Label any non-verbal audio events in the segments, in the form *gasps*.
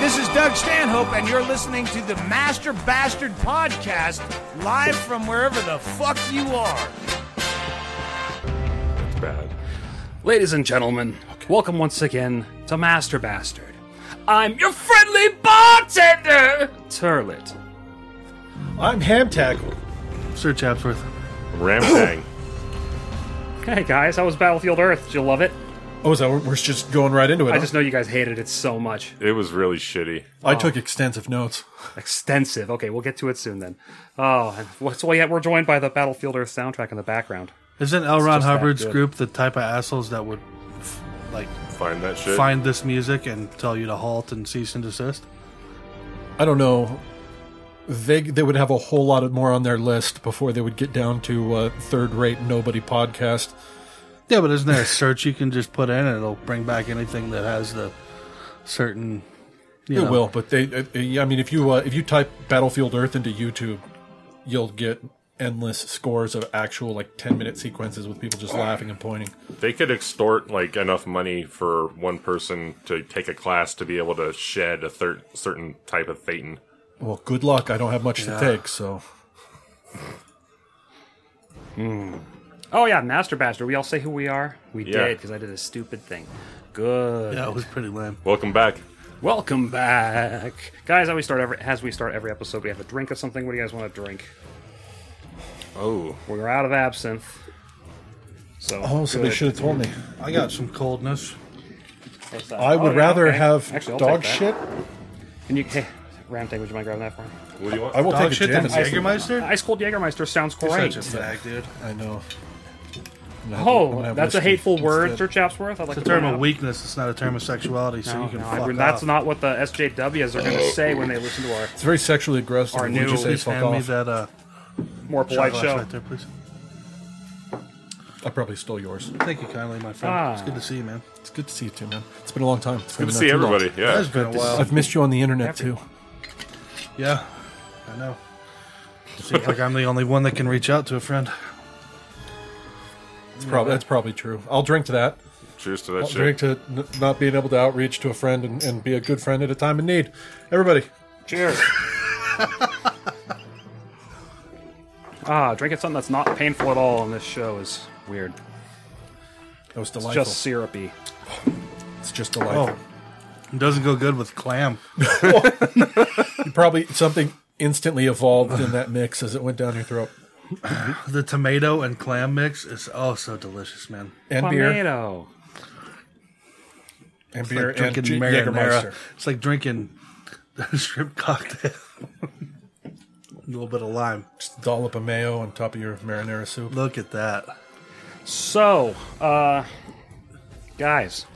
this is Doug Stanhope, and you're listening to the Master Bastard Podcast live from wherever the fuck you are. It's bad. Ladies and gentlemen, welcome once again to Master Bastard. I'm your friendly bartender, Turlet. I'm ham tackle. Sir Chatsworth. Ramtang. Hey guys, how was Battlefield Earth? Did you love it? Oh, is that we're just going right into it? I huh? just know you guys hated it so much. it was really shitty. I took extensive notes. Extensive. Okay, we'll get to it soon then. Oh, and what's well, yeah, we're joined by the Battlefield Earth soundtrack in the background. Isn't L. Ron just that Hubbard's good. group the type of assholes that would f- like Find that shit. find this music and tell you to halt and cease and desist? I don't know. They they would have a whole lot of more on their list before they would get down to uh, third rate nobody podcast. Yeah, but isn't there a search you can just put in and it'll bring back anything that has the certain you It know, will, but they. uh, uh, I mean, if you uh, if you type Battlefield Earth into YouTube, you'll get endless scores of actual like ten minute sequences with people just laughing and pointing. They could extort like enough money for one person to take a class to be able to shed a thir- certain type of Thetan. Well, good luck. I don't have much to take, so Oh yeah, Master Bastard. We all say who we are. We Yeah. did because I did a stupid thing. Good. Yeah, it was pretty lame. Welcome back. Welcome back, guys. How we start every as we start every episode, we have a drink of something. What do you guys want to drink? Oh, We're out of absinthe. So oh, so they good. should have told me. I got some coldness. What's that? I Oh, would yeah, rather okay. have Actually, I'll dog take that. shit. Can you, hey, Ramtang, would you mind grabbing that for me? what do you want? I will Dog take shit a gin. and Jägermeister? Ice cold Jägermeister sounds great. Such a fag, dude. I know. I'm gonna have- I'm gonna Oh, have that's a whiskey hateful word, Sir instead. Chapsworth. I'd like It's a to term point of out. weakness, it's not a term of sexuality, so No, you can no, I- fuck that's off. not what the SJWs are going to say when they listen to our It's very sexually aggressive. Our Would new- you say Please fuck hand me off? that uh more polite shot glass show. right there, please. I probably stole yours. Thank you kindly, my friend. It's good to see you, man. It's good to see you too, man. It's been a long time. It's Good to see everybody. It Yeah. has been a while. I've missed you on the internet too. Yeah, I know. Seems like I'm the only one that can reach out to a friend. It's probably that's probably true. I'll drink to that. Cheers to that I'll shit. drink to n- not being able to outreach to a friend and, and be a good friend at a time of need. Everybody, Cheers. *laughs* ah, drinking something that's not painful at all on this show is weird. that was It's delightful. just Oh. syrupy. it's just delightful. Oh, It doesn't go good with clam. Probably something instantly evolved in that mix as it went down your throat. The tomato and clam mix is oh so delicious, man. And beer, Tomato. and It's beer, like and drinking J- marinara. Jägermeister. It's like drinking *laughs* shrimp cocktail. *laughs* a little bit of lime. Just dollop of mayo on top of your marinara soup. Look at that. So, uh, guys.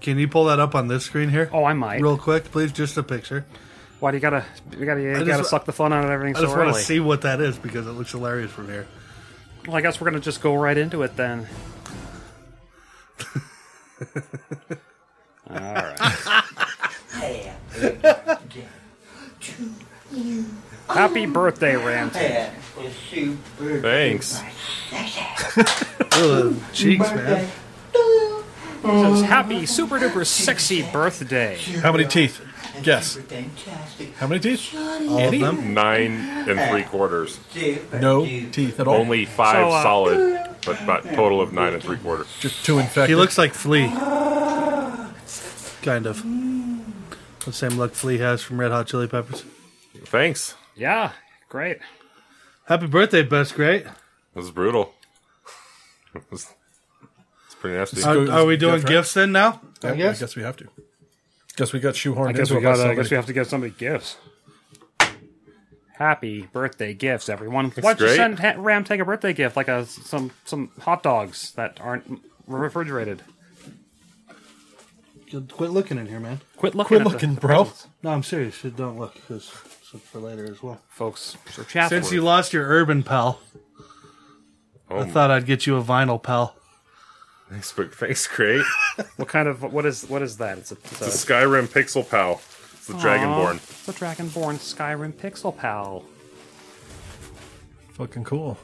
Can you pull that up on this screen here? Oh, I might. Real quick, please, just a picture. Why do you gotta? You gotta, you just gotta wa- suck the fun out of everything I so just early. want to see what that is because it looks hilarious from here. Well, I guess we're gonna just go right into it *laughs* then. All right. Happy birthday, Rand. That was super. Thanks. Ugh, cheeks, man. Says, Happy super duper sexy birthday. How many teeth? Guess. Fantastic. How many teeth? All of them. Nine and three quarters. Super No duper. teeth at all. Only five So, uh, solid, but about total of nine and three quarters. just two infected. He looks like Flea. Kind of. The same look Flea has from Red Hot Chili Peppers. Thanks. Yeah, great. Happy birthday, best great. This is brutal. *laughs* it's pretty nasty. Uh, Are, Go- are we doing gift wrap? gifts then now? I guess. I guess we have to. Guess we got shoehorned I guess into we it got. by I somebody. guess we have to give somebody gifts. Happy birthday gifts, everyone! Why don't you great. send ha- Ram take a birthday gift, like a some some hot dogs that aren't refrigerated? Quit looking in here, man. Quit looking. Quit at the looking, bro. No, I'm serious. You don't look because for later as well. folks. Sir Chatsworth. Since you lost your urban pal, Oh. I thought I'd get you a vinyl pal. Thanks, but thanks, great. what kind of what is what is that? It's a, it's a, The Skyrim Pixel Pal. It's the Dragonborn. It's a Dragonborn Skyrim Pixel Pal. Fucking cool.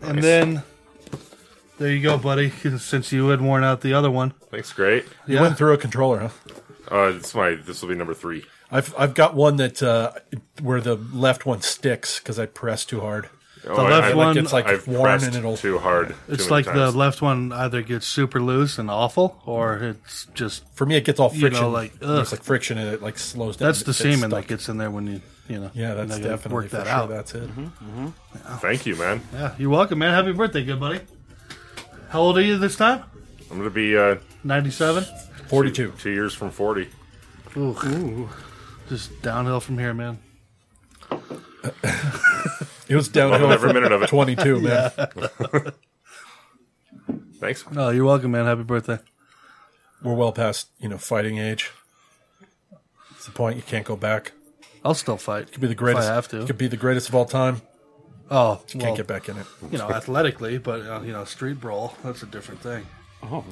And then there you go, buddy. Since you had worn out the other one, Thanks, great. You went through a controller, huh? Uh, it's my. This will be number three. I've I've got one that uh, where the left one sticks because I press too hard. The left one- It's like I've worn pressed and it'll- too hard. It's too many like the times. left one either gets super loose and awful, or it's just For me, it gets all You friction. know, like, there's ugh. like friction and it like slows down. that's It the gets semen stuck. that gets in there when you you know. Yeah, you that's know, gotta definitely work that for out. Mm-hmm. Sure, that's it. Thank you, man. Yeah, you're welcome, man. Happy birthday, good buddy. How old are you this time? I'm gonna be uh, Ninety-seven. Forty-two. two years from forty. Ooh. Just downhill from here, man. It was downhill. Love every minute of *laughs* it. Twenty-two, man. Thanks. Oh, you're welcome, man. Happy birthday. We're well past you know fighting age. It's the point you can't go back. I'll still fight. Could be the greatest. If I have to. Could be the greatest of all time. oh, Can't get back in it. You know, athletically, but uh, you know, street brawl. That's a different thing.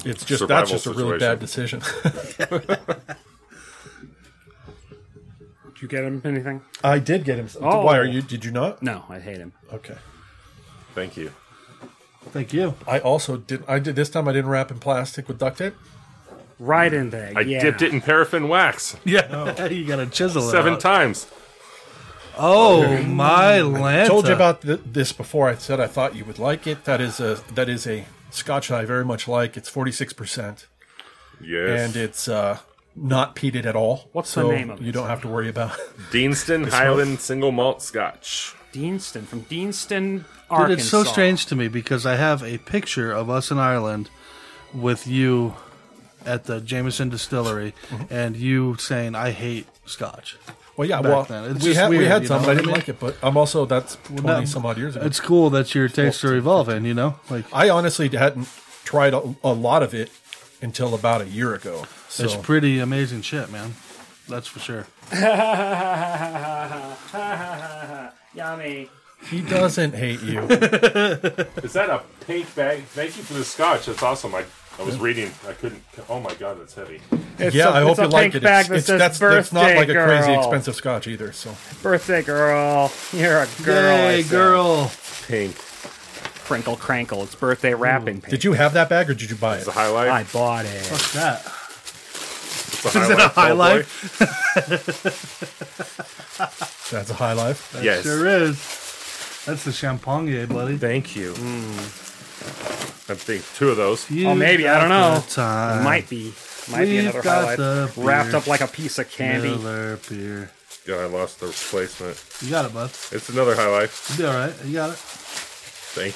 It's just Survival that's just a really situation. bad decision. *laughs* Did you get him anything? I did get him. Oh. Why are you? Did you not? No, I hate him. Okay. Thank you. Thank you. I also did. I did this time. I didn't wrap in plastic with duct tape. Right in there. I yeah. dipped it in paraffin wax Yeah, *laughs* you got to chisel it seven out. times. Oh my lanta! told you about th- this before. I said I thought you would like it. That is a that is a Scotch that I very much like. It's forty six percent, Yes. and it's uh, not peated at all. What's the so name of You it? don't have to worry about. Deanston Highland Single Malt Scotch. Deanston from Deanston, Arkansas. Dude, it's so strange to me because I have a picture of us in Ireland with you at the Jameson Distillery, and you saying, "I hate Scotch." Well, yeah. Back well, then. It's we just had we weird, had you some, know but I what I didn't mean? like it. But I'm also that's twenty no, some odd years ago. It's cool that your tastes are evolving. You know, like I honestly hadn't tried a, a lot of it until about a year ago. So it's pretty amazing shit, man. That's for sure. *laughs* Yummy. he doesn't hate you. Is that a pink bag? Thank you for the scotch. That's awesome. I, I was reading. I couldn't. Oh my god, that's heavy. yeah, I a- hope it's a you like pink it. bag It's, that it's, says that's, that's not birthday like a crazy girl. expensive Scotch either. So Birthday girl. You're a girl. I Yay, said. girl! Pink. Crinkle crankle. It's birthday wrapping paper. did you have that bag or did you buy it? It's a highlight. I bought it. What's that? It's *laughs* a a highlight. high Tall boy. life? That's a high life. Yes. Sure is. That's the champagne, buddy. Thank you. I think two of those. You Oh, maybe. I don't got know. the Time. might be. Might be We've another highlight. got the Wrapped beer. up like a piece of candy. Miller beer. Yeah, I lost the replacement. You got it, bud. It's another highlight. You'll be all right. You got it. Thank.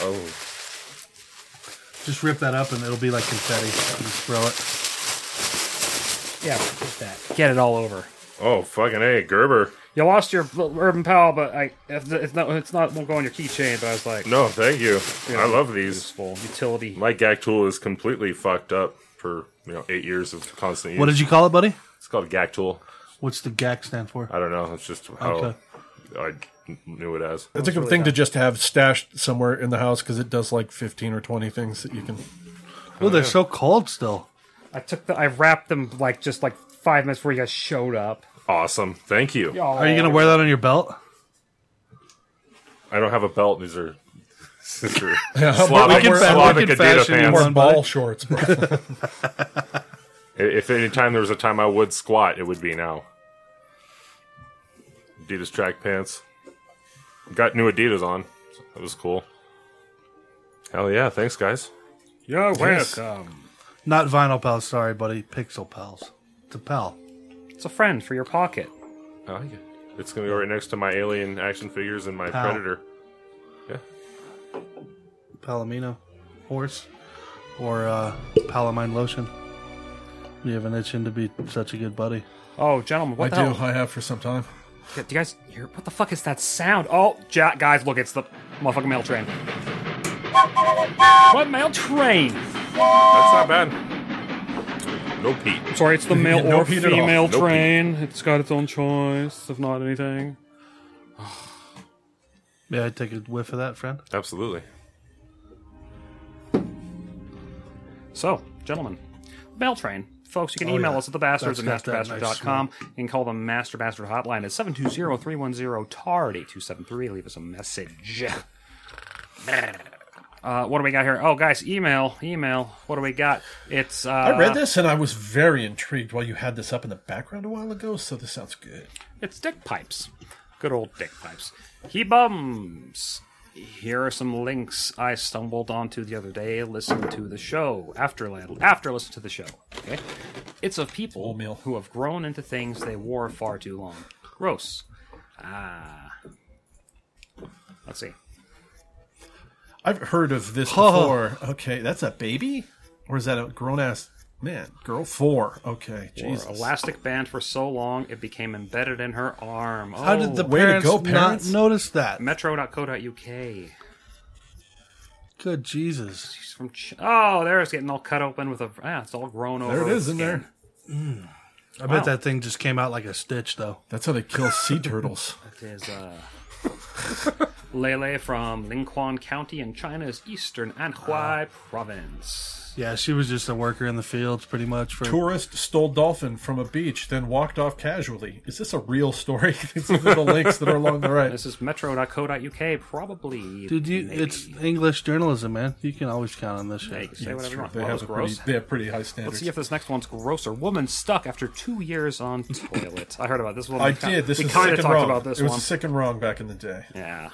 Oh, Just rip that up and it'll be like confetti. Just throw it. Yeah, get that. Get it all over. oh, fucking a Gerber. You lost your Urban Pal, but I if it's not it's not won't go on your keychain. But I was like, No, thank you. I love these. useful utility. My gag tool is completely fucked up for you know eight years of constant use. What did you call it, buddy? It's called a gag tool. What's the GAC stand for? I don't know. It's just how Okay. I knew it as. It's a good thing to just have stashed somewhere in the house because it does like fifteen or twenty things that you can. Oh, they're so cold still. I took the I wrapped them like just like five minutes before you guys showed up. Awesome. Thank you. Are you gonna wear that on your belt? I don't have a belt. These are. *laughs* *laughs* These are Yeah, but Slavic, we can fa- we Slavic can Adidas fashion pants. one. Or Fun, ball buddy. shorts. bro. I- If any time there was a time I would squat, it would be now. Adidas track pants. Got new Adidas on. so That was cool. Hell yeah! Thanks, guys. You're Yes. welcome. Not vinyl pals, sorry, buddy. Pixel pals. It's a pal. It's a friend for your pocket. I like it. It's gonna go right next to my Alien action figures and my Pow. Predator. Yeah. Palomino, horse, or uh, Palomine lotion. You have an itching to be such a good buddy. Oh, gentlemen, I what do. the hell? I have for some time. Do you guys hear? What the fuck is that sound? Oh, ja- guys, look, it's the motherfucking mail train. What mail train? That's not bad. No Pete. Sorry, *laughs* it's the male No or heat at all. female No train. It's got its own choice, if not anything. May I take a whiff of that, friend? Absolutely. So, gentlemen, Mail Train. Folks, you can Oh, email yeah. us at thebastards at That's got that nice masterbastard.com and call the Master Bastard hotline at 720-310-TAR at 8273. Leave us a message. Uh, what do we got here? Oh, guys, email, email. What do we got? It's uh, I read this and I was very intrigued while you had this up in the background a while ago, so this sounds good. It's dick pipes. Good old dick pipes. He bums. Here are some links I stumbled onto the other day. Listen to the show after after listen to the show. Okay, it's of people Oatmeal. who have grown into things they wore far too long. Gross. Ah. Let's see. I've heard of this before. Okay, that's a baby, or is that a grown ass man, girl? Four. Okay, Wore Jesus. elastic band for so long it became embedded in her arm. Oh, How did the way to parents, go, parents. not notice that? Metro.co.uk. Good Jesus. She's from Ch- oh, there it's getting all cut open with a ah, it's all grown over. There it with is in skin. there. I bet that thing just came out like a stitch, though. That's how they kill *laughs* sea turtles. It is uh, Lele from Linquan County in China's eastern Anhui province. Yeah, she was just a worker in the fields, pretty much. For Tourist stole dolphin from a beach, then walked off casually. Is this a real story? *laughs* These are the links that are along the right. This is metro.co.uk, probably. dude, you, maybe. it's English journalism, man. You can always count on this shit. Hey, you can say That's whatever you true. want. They Well, that have was a gross. pretty, they have pretty high standards. Let's see if this next one's grosser. Woman stuck after two years on toilet. I heard about this one. *laughs* I We ki- did. This we is kinda sick and talked wrong. about this it was one. sick and wrong back in the day. Yeah.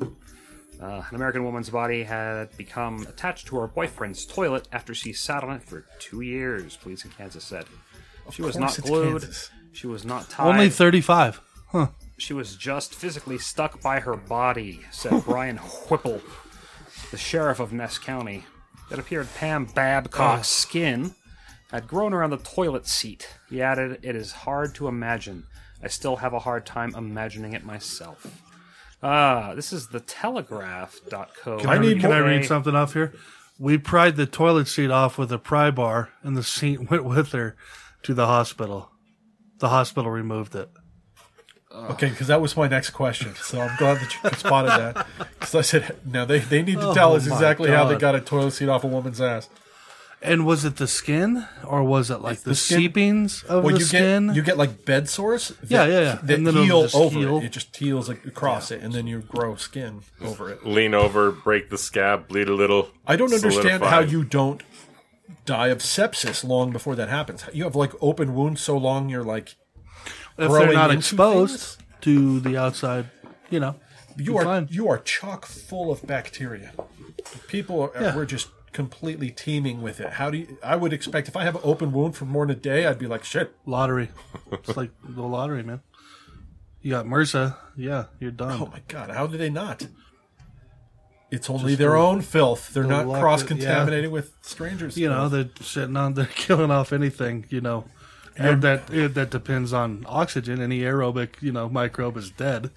Uh, an American woman's body had become attached to her boyfriend's toilet after she sat on it for two years, police in Kansas said. She was course not it's glued. Kansas. She was not tied. Only 35. Huh. she was just physically stuck by her body, said Brian Whipple, the sheriff of Ness County. It appeared Pam Babcock's skin had grown around the toilet seat. He added, It is hard to imagine. I still have a hard time imagining it myself. Ah, this is the telegraph.co. I need- Can I read something off here? We pried the toilet seat off with a pry bar, and the seat *laughs* went with her to the hospital. The hospital removed it. Okay, because that was my next question. So I'm glad that you spotted that. Because I said, now they, they need to tell us Oh my exactly how they God. got a toilet seat off a woman's ass. And was it the skin, or was it like the, skin- seepings of Well, the you skin? get you get like bed sores. That, Yeah, yeah, yeah. That And then it'll heal just over heal. it. It just heals like, across it, and then you grow skin over it. Lean over, break the scab, bleed a little. I don't understand how solidify. you don't die of sepsis long before that happens. You have like open wounds so long you're like if growing they're not into exposed to the outside, you know. you You're are fine. you are chock full of bacteria. People are Yeah. we're just completely teeming with it. How do you, I would expect if I have an open wound for more than a day, I'd be like shit. Lottery. It's like the lottery, man. You got MRSA. Yeah, you're done. *laughs* Oh my god, how do they not? It's only their own filth. They're not luck- cross contaminated with strangers. you know, they're shitting on, *laughs* they're killing off anything, you know. And that eh, that depends on oxygen. Any aerobic, you know, microbe is dead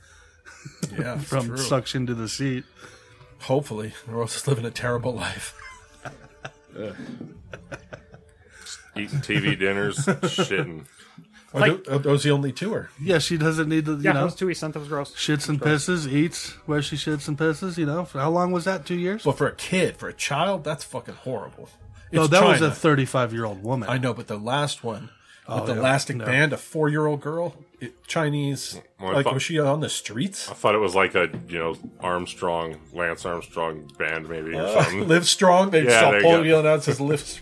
yeah, it's from true. suction to the seat. Hopefully, or else it's living a terrible life. Eating TV *laughs* dinners, shitting. Are, Like- tho- are those the only two? Or Yeah, she doesn't need to, you Yeah, that know, was two weeks. That was gross. shits and pisses, eats where she shits and pisses. You know, for how long was that? Two years? But for a kid, for a child, that's fucking horrible. It's no, that was a China. 35 year old woman. I know, but the last one with the yeah. elastic No. band, a four-year-old girl, it, Chinese. Well, I like, thought- was she on the streets? *laughs* I thought it was like a you know Armstrong, Lance Armstrong band maybe or Ah. something. *laughs* Live strong. They Yeah, saw there you Paul go. yelling out, "Says lift."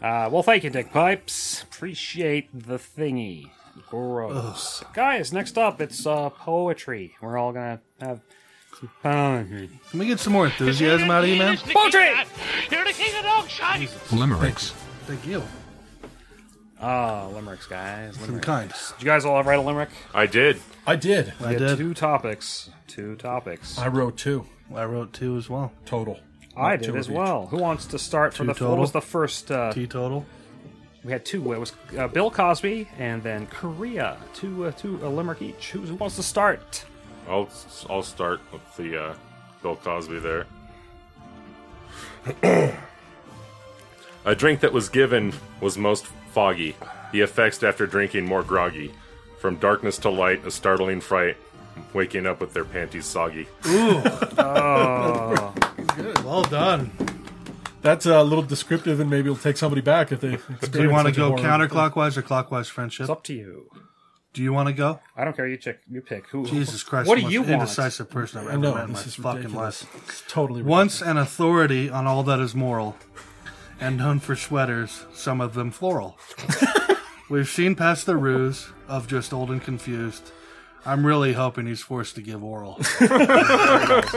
Uh, well, thank you, Dick Pipes. Appreciate the thingy. Gross. Guys, next up, it's uh, poetry. We're all going to have some poetry. Can we get some more enthusiasm out of you, man? Poetry! You're the king of dog shite! Limericks. Thank you. Ah, limericks, guys. Some Limericks. kind. Did you guys all write a limerick? I did. I did. I We had did. two topics. Two topics. I wrote two I wrote two as well. total. I Not did two as of each. well. Who wants to start for Two the? What total. was the first? Uh, Teetotal. we had two. It was uh, Bill Cosby and then Korea. Two, uh, two a limerick each. Who's- Who wants to start? I'll I'll start with the uh, Bill Cosby there. *clears throat* a drink that was given was most foggy. The effects after drinking more groggy. From darkness to light, a startling fright. Waking up with their panties soggy. Well done. That's a little descriptive, and maybe it'll take somebody back if they. Do you want to go counterclockwise or clockwise friendship? It's up to you. Do you want to go? I don't care. You check. You pick. Who? Jesus Christ! What do most you want? Indecisive person I've ever No, met in my this is fucking ridiculous. life. It's totally Once an authority on all that is moral, and known for sweaters, some of them floral. *laughs* We've seen past the ruse of just old and confused. I'm really hoping he's forced to *laughs* give oral. ridiculous.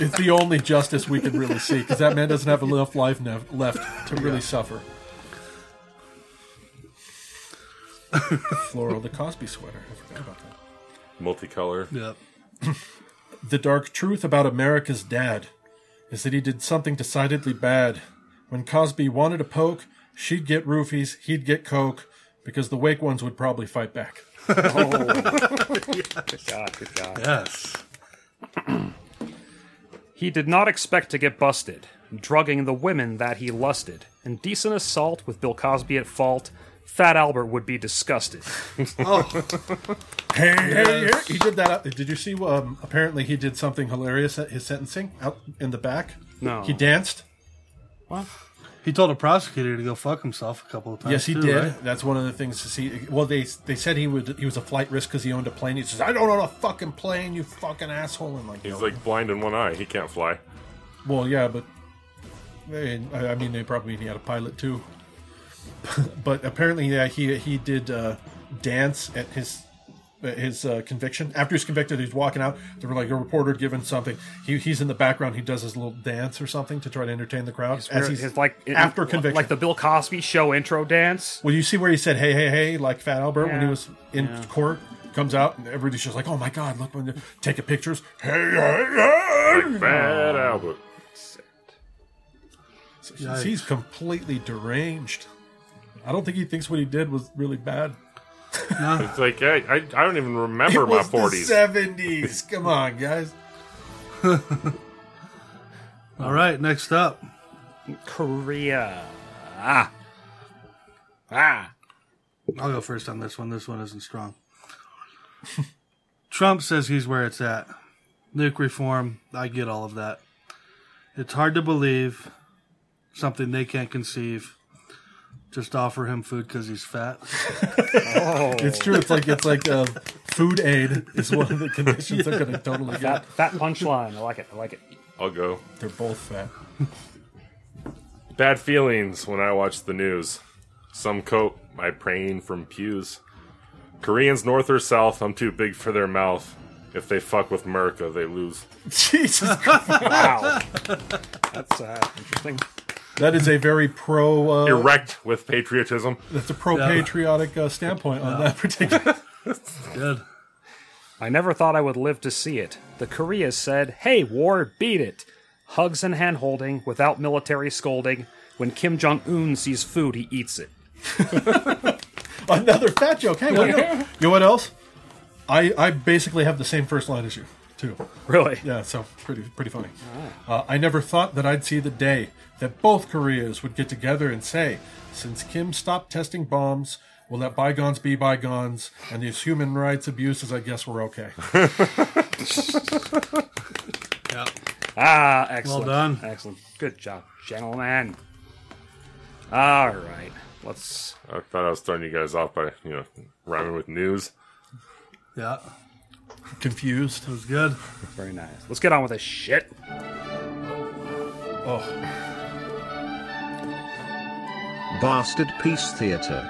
it's the only justice we can really see because that man doesn't have enough life nev- left to really suffer. Floral the Cosby sweater. I forgot about that. Multicolor. yep. The dark truth about America's dad is that he did something decidedly bad. When Cosby wanted a poke, she'd get roofies, he'd get coke, because the wake ones would probably fight back. God, good God. Yes. He did not expect to get busted, drugging the women that he lusted. Indecent assault with Bill Cosby at fault. Fat Albert would be disgusted. Hey, hey, hey. He did that. Did you see? Um, apparently, he did something hilarious at his sentencing out in the back. No. He danced. He told a prosecutor to go fuck himself a couple of times. Yes, he too, did. right? That's one of the things to see. Well, they they said he would he was a flight risk because he owned a plane. He says, "I don't own a fucking plane, you fucking asshole!" And like, He's like blind in one eye. He can't fly. Well, yeah, but they, I I mean, they probably he had a pilot too. *laughs* but apparently, yeah, he he did uh, dance at his at his uh, conviction. After he's convicted, he's walking out. There were like a reporter giving something. He, he's in the background. He does his little dance or something to try to entertain the crowd. as he's It's like after conviction, like the Bill Cosby show intro dance. well, you see where he said, "Hey, hey, hey," like Fat Albert when he Yeah. was in court. Comes out and everybody's just like, "Oh my God! Look when they're taking pictures." Hey, hey, hey! *clears throat* Bad Albert. Since He's completely deranged. I don't think he thinks what he did was really bad. It's like I, I, I don't even remember it my was forties. the 70s. Come on, guys. All right, next up. Korea. Ah. Ah. I'll go first on this one. This one isn't strong. Trump says he's where it's at. Nuke reform, I get all of that. It's hard to believe something they can't conceive. Just offer him food because he's fat. It's true. It's like it's like uh, food aid is one of the conditions they're going to totally get. That, that punchline. I like it. I like it. I'll go. They're both fat. *laughs* Bad feelings when I watch the news. Some cope by praying from pews. Koreans north or south, I'm too big for their mouth. If they fuck with America, they lose. Jesus, *laughs* Wow. That's uh, interesting. that is a very pro. Uh, Erect with patriotism. *laughs* That's a pro patriotic uh, standpoint on that particular. Good. I never thought I would live to see it. The Korea said, Hey, war, beat it. Hugs and hand holding without military scolding. When Kim Jong un sees food, he eats it. *laughs* Another fat joke. Hey, what, *laughs* you know what else? I I basically have the same first line as you too. Really? Yeah, so pretty pretty funny. Uh, I never thought that I'd see the day that both Koreas would get together and say, since Kim stopped testing bombs, we'll let bygones be bygones, and these human rights abuses, I guess we're okay. Ah, excellent. done. Excellent. Good job, gentlemen. All right. Let's. I thought I was throwing you guys off by, you know, rhyming with news. Yeah, Confused. it was good. Very nice. Let's get on with this shit. Bastard Peace Theater.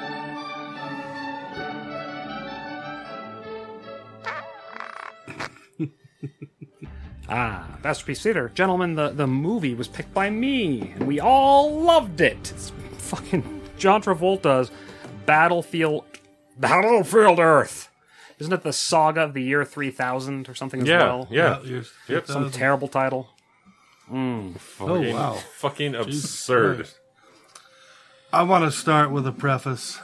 Ah, Masterpiece Theater. Gentlemen, the, the movie was picked by me, and we all loved it. It's fucking John Travolta's Battlefield. Battlefield Earth! Isn't it the saga of the year 3000 or something as Yeah, well? yeah. Here's- Yep. Some terrible title. oh, wow. Fucking absurd. Christ. I want to start with a preface.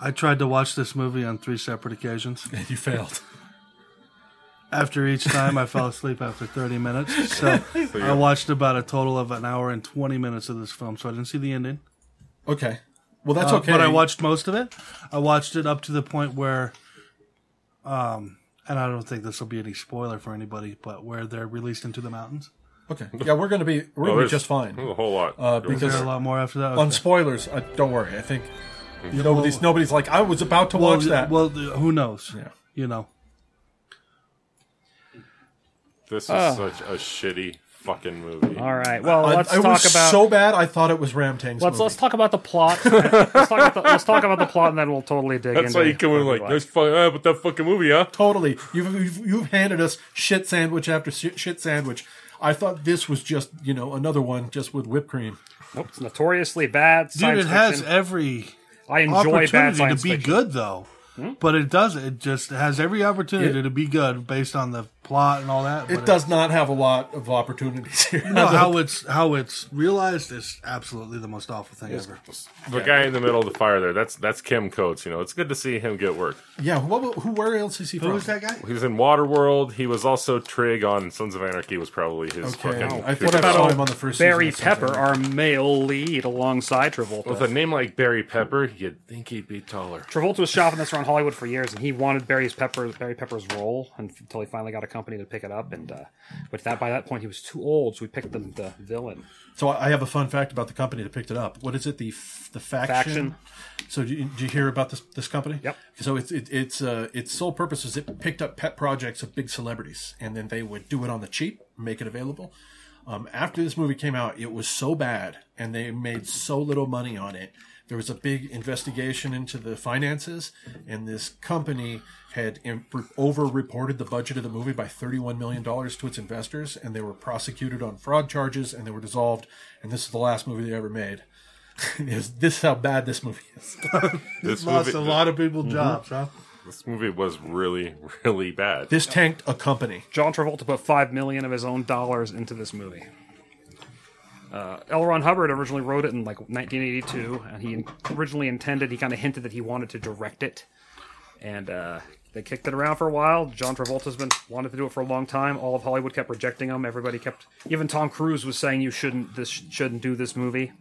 I tried to watch this movie on three separate occasions. You failed. After each time, I fell asleep after 30 minutes. So I watched about a total of an hour and 20 minutes of this film. So I didn't see the ending. Okay. Well, that's Uh, okay. But I watched most of it. I watched it up to the point where, um, and I don't think this will be any spoiler for anybody, but where they're released into the mountains. Okay. Yeah, we're gonna be we're Oh, gonna be there's- just fine. There's a whole lot. Uh, There was- Is there a because lot more after that? on Okay. spoilers, uh, don't worry. I think Nobody's nobody's like I was about to watch well, that. Well, who knows? Yeah. You know. This is such a shitty fucking movie. All right. Well, I- let's it talk was about so bad. I thought it was Ram Tang's let's movie. let's talk about the *laughs* plot. let's, talk about the, let's talk about the plot, and then we'll totally dig That's into. why you come in what we like, nice fuck, uh, but that fucking movie, huh? totally. You've, you've you've handed us shit sandwich after shit, shit sandwich. I thought this was just you know another one just with whipped cream. It's notoriously bad. Dude, Science it has fiction. every I enjoy bad opportunity to science be fiction. good, though. But it doesn't. It just has every opportunity It- to be good based on the plot and all that. It but does not have a lot of opportunities here. *laughs* No, how it's how it's realized is absolutely the most awful thing ever. The guy in the middle of the fire there, that's that's Kim Coates, you know. It's good to see him get work. yeah, what, who? Where else is he Who from? was that guy? He was in Waterworld. He was also Trig on Sons of Anarchy was probably his Okay, fucking I think what I saw about him on the first Barry season of Pepper, something. our male lead, alongside Travolta. with a name like Barry Pepper, you'd think he'd be taller. Travolta was shopping this around Hollywood for years, and he wanted Barry's Pepper, Barry Pepper's role and- until he finally got a company to pick it up. And uh, but that by that point he was too old, so we picked the, the villain So I I have a fun fact about the company that picked it up. What is it? The f- the faction. faction. So do you, do you hear about this this company? Yep. So it's it, it's uh, its sole purpose is it picked up pet projects of big celebrities, and then they would do it on the cheap, make it available. Um, after this movie came out, it was so bad, and they made so little money on it. There was a big investigation into the finances, and this company had im- over-reported the budget of the movie by thirty-one million dollars to its investors, and they were prosecuted on fraud charges, and they were dissolved. And this is the last movie they ever made. *laughs* It was- this is how bad this movie is. This Lost movie, a lot of people jobs, huh? this movie was really, *laughs* really bad. This tanked a company. John Travolta put five million of his own dollars into this movie. Uh, L. Ron Hubbard originally wrote it in like 1982, and he originally intended. He kind of hinted that he wanted to direct it, and uh, they kicked it around for a while. John Travolta's been wanted to do it for a long time. All of Hollywood kept rejecting him. Everybody kept, even Tom Cruise was saying, "You shouldn't this shouldn't do this movie."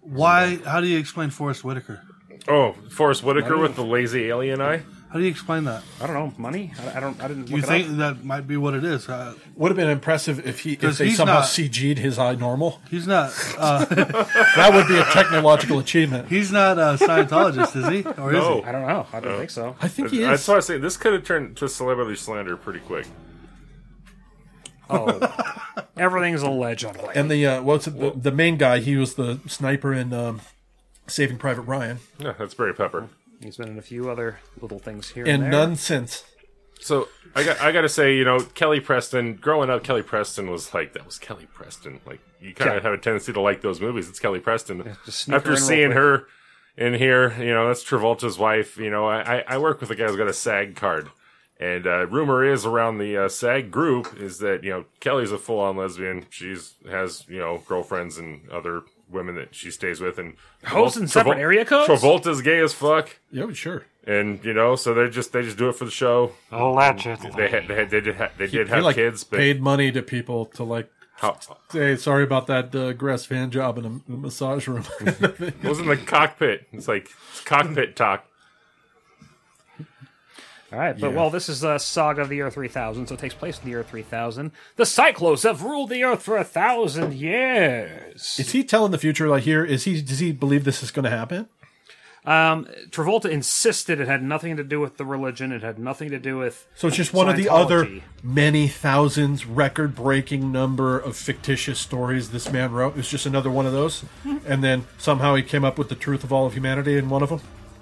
Why? How do you explain Forrest Whitaker? Oh, Forrest Whitaker with the lazy alien eye. How do you explain that? I don't know, money. I, I don't. I didn't. Do look you it think up. that might be what it is? Uh, Would have been impressive if he if 'Cause they he's somehow not- CG'd his eye normal. he's not. Uh, *laughs* That would be a technological achievement. he's not a Scientologist, is he? Or is No. he? I don't know. I don't think so. I think he That's is. why Oh. I say this could have turned to celebrity slander pretty quick. Oh, everything's a legend. And the uh, what's it, the, the main guy? He was the sniper in um, Saving Private Ryan, Yeah, that's Barry Pepper. He's been in a few other little things here and, and there. none since. So I got I got to say, you know, Kelly Preston. Growing up, Kelly Preston was like that was Kelly Preston. Like you kind Yeah. of have a tendency to like those movies. It's Kelly Preston. just sneak her After in real seeing quick. her in here, you know, that's Travolta's wife. You know, I I- I work with a guy who's got a SAG card, and uh, rumor is around the uh, SAG group is that you know Kelly's a full on lesbian. She's has you know girlfriends and other women that she stays with, and Hoes in separate Travol- area codes? Travolta's gay as fuck Yeah, sure. and you know, so they just they just do it for the show. Allegedly. They had, they had, they did ha- they did he have like kids, but paid money to people to like how, say sorry about that uh, grass fan job in a, a massage room. *laughs* it was in the cockpit. It's like it's cockpit talk. All right, but well, this is uh, Saga of the Year 3000, so it takes place in the year 3000. The Cyclos have ruled the Earth for a thousand years. is he telling the future like here? Is he? Does he believe this is going to happen? Um, Travolta insisted it had nothing to do with the religion. It had nothing to do with. So it's just one of the other Scientology. many thousands record breaking number of fictitious stories this man wrote. It's just another one of those. Mm-hmm. And then somehow he came up with the truth of all of humanity in one of them.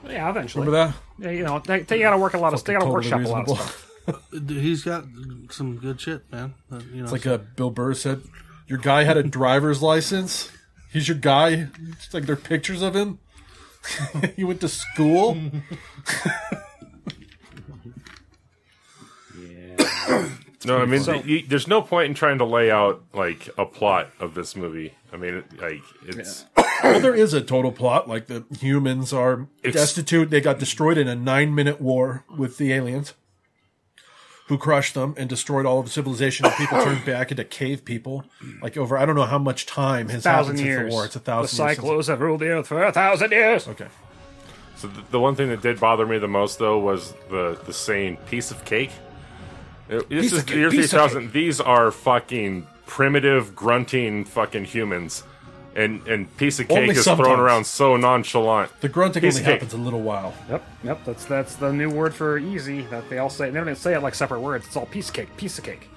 Yeah, eventually. Remember Yeah, you know, they, they got to work a lot of. They got to Totally workshop a lot of reasonable. stuff. He's got some good shit, man. Uh, you know, It's like uh, Bill Burr said, Your guy had a driver's license. He's your guy. It's like there are pictures of him. *laughs* he went to school. No, I mean, you, there's no point in trying to lay out like a plot of this movie. I mean, it, like it's well, there is a total plot. Like the humans are destitute. They got destroyed in a nine minute war with the aliens, who crushed them and destroyed all of civilization. And people *coughs* turned back into cave people. Like over, I don't know how much time has thousand happened years. since the war. It's a thousand. The years since- Cyclos have ruled the Earth for a thousand years. okay. so. The, the one thing that did bother me the most though was the the saying "piece of cake." It- This Piece is of the cake, year piece of 3000. These are fucking primitive, grunting fucking humans. and and piece of cake Only is thrown sometimes. around so nonchalant. The grunting Piece only of cake. happens a little while. Yep, yep. That's that's the new word for easy that they all say. They don't even say it like separate words. It's all piece of cake, piece of cake.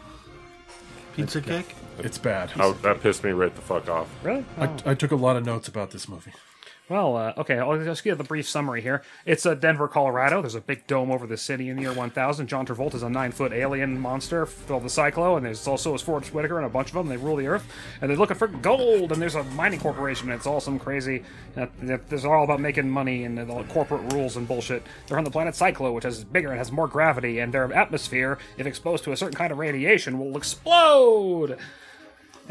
Pizza cake? It's bad. Oh, that pissed me right the fuck off. Really? I, I took a lot of notes about this movie. Well, uh, okay, I'll just give the brief summary here. It's uh, Denver, Colorado. There's a big dome over the city in the year 1000. John Travolta is a nine foot alien monster called the Cyclo, and there's also his Forrest Whitaker and a bunch of them. They rule the earth, and they're looking for gold, and there's a mining corporation, and it's all some crazy. Uh, there's all about making money and the corporate rules and bullshit. They're on the planet Cyclo, which is bigger and has more gravity, and their atmosphere, if exposed to a certain kind of radiation, will explode.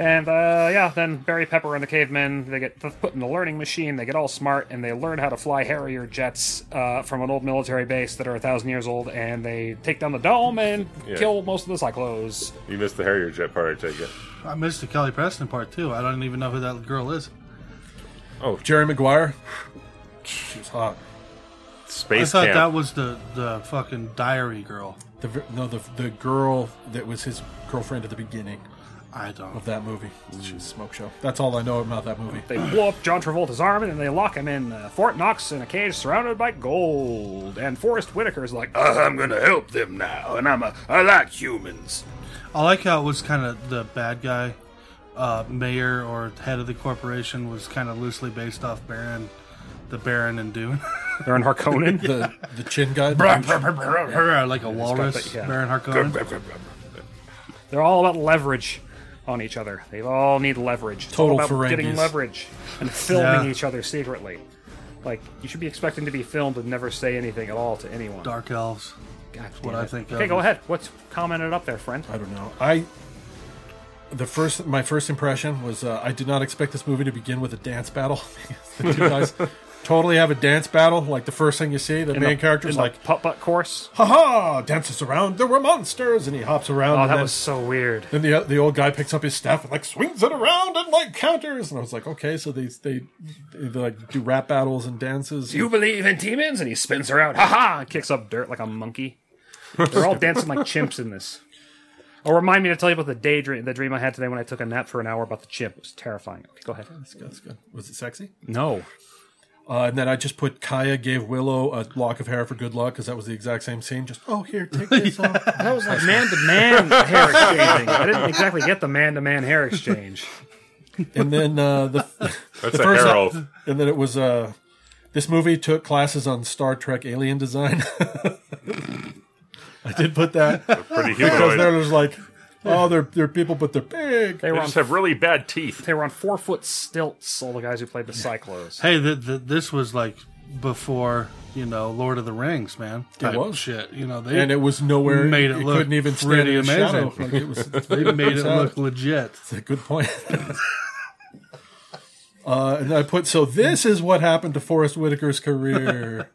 And uh, yeah, then Barry Pepper and the cavemen they get put in the learning machine. They get all smart and they learn how to fly Harrier jets uh, from an old military base that are a thousand years old. And they take down the dome and Yeah. kill most of the Cyclos. You missed the Harrier jet part, I take it. I missed the Kelly Preston part too. I don't even know who that girl is. Jerry Maguire. She was hot. I Space thought camp. that was the, the fucking diary girl. The ver- no the the girl that was his girlfriend at the beginning I don't. of that movie. She was a smoke show. That's all I know about that movie. They blow up John Travolta's arm and they lock him in uh, Fort Knox in a cage surrounded by gold. And Forrest Whitaker's like, "Uh, I'm gonna help them now, and I'm a. I like humans. I like how it was kind of the bad guy, uh, mayor or head of the corporation was kind of loosely based off Baron, the Baron and Dune. *laughs* they're in *laughs* Harkonnen. The the chin *laughs* guy. Her, uh, like a walrus, that- yeah. Baron Harkonnen. They're all about leverage on each other. They all need leverage. It's Total all about Ferengis. getting leverage and filming Yeah. each other secretly. Like you should be expecting to be filmed and never say anything at all to anyone. Dark elves. That's what I think Okay, of go it. ahead. What's commented up there, friend? I don't know. I the first my first impression was uh, I did not expect this movie to begin with a dance battle. *laughs* the *laughs* two guys totally have a dance battle. Like the first thing you see, the main character's like, putt putt course. "Ha ha!" dances around. There were monsters, and he hops around. Oh, and that then, was so weird. Then the the old guy picks up his staff and like swings it around and like counters. And I was like, okay, so they they, they like do rap battles and dances. You believe in demons? And he spins around. Ha ha! Kicks up dirt like a monkey. They're all dancing like chimps in this. Oh, remind me to tell you about the daydream, the dream I had today when I took a nap for an hour about the chimp. It was terrifying. Okay, go ahead. That's good. That's good. Was it sexy? No, Uh, and then I just put Kaya gave Willow a lock of hair for good luck because that was the exact same scene. Just oh here, take this off. That was like man to man *laughs* hair exchanging. I didn't exactly get the man to man hair exchange. And then uh, the *laughs* That's the a first- hair elf. and then it was uh, this movie took classes on Star Trek alien design. *laughs* I did put that Pretty because there humanoid. was like oh they're they're people but they're big. *laughs* They They were on just have really bad teeth. they were on four foot stilts. All the guys who played the Cyclos. Hey, th th this was like before you know Lord of the Rings, man. Type was. shit. You know, they and it was nowhere. Made it it look couldn't even stand pretty in the shadow. amazing. *laughs* Like, it was, *laughs* they made uh, it look legit. That's a good point. *laughs* uh, and I put so this is what happened to Forrest Whitaker's *laughs* career.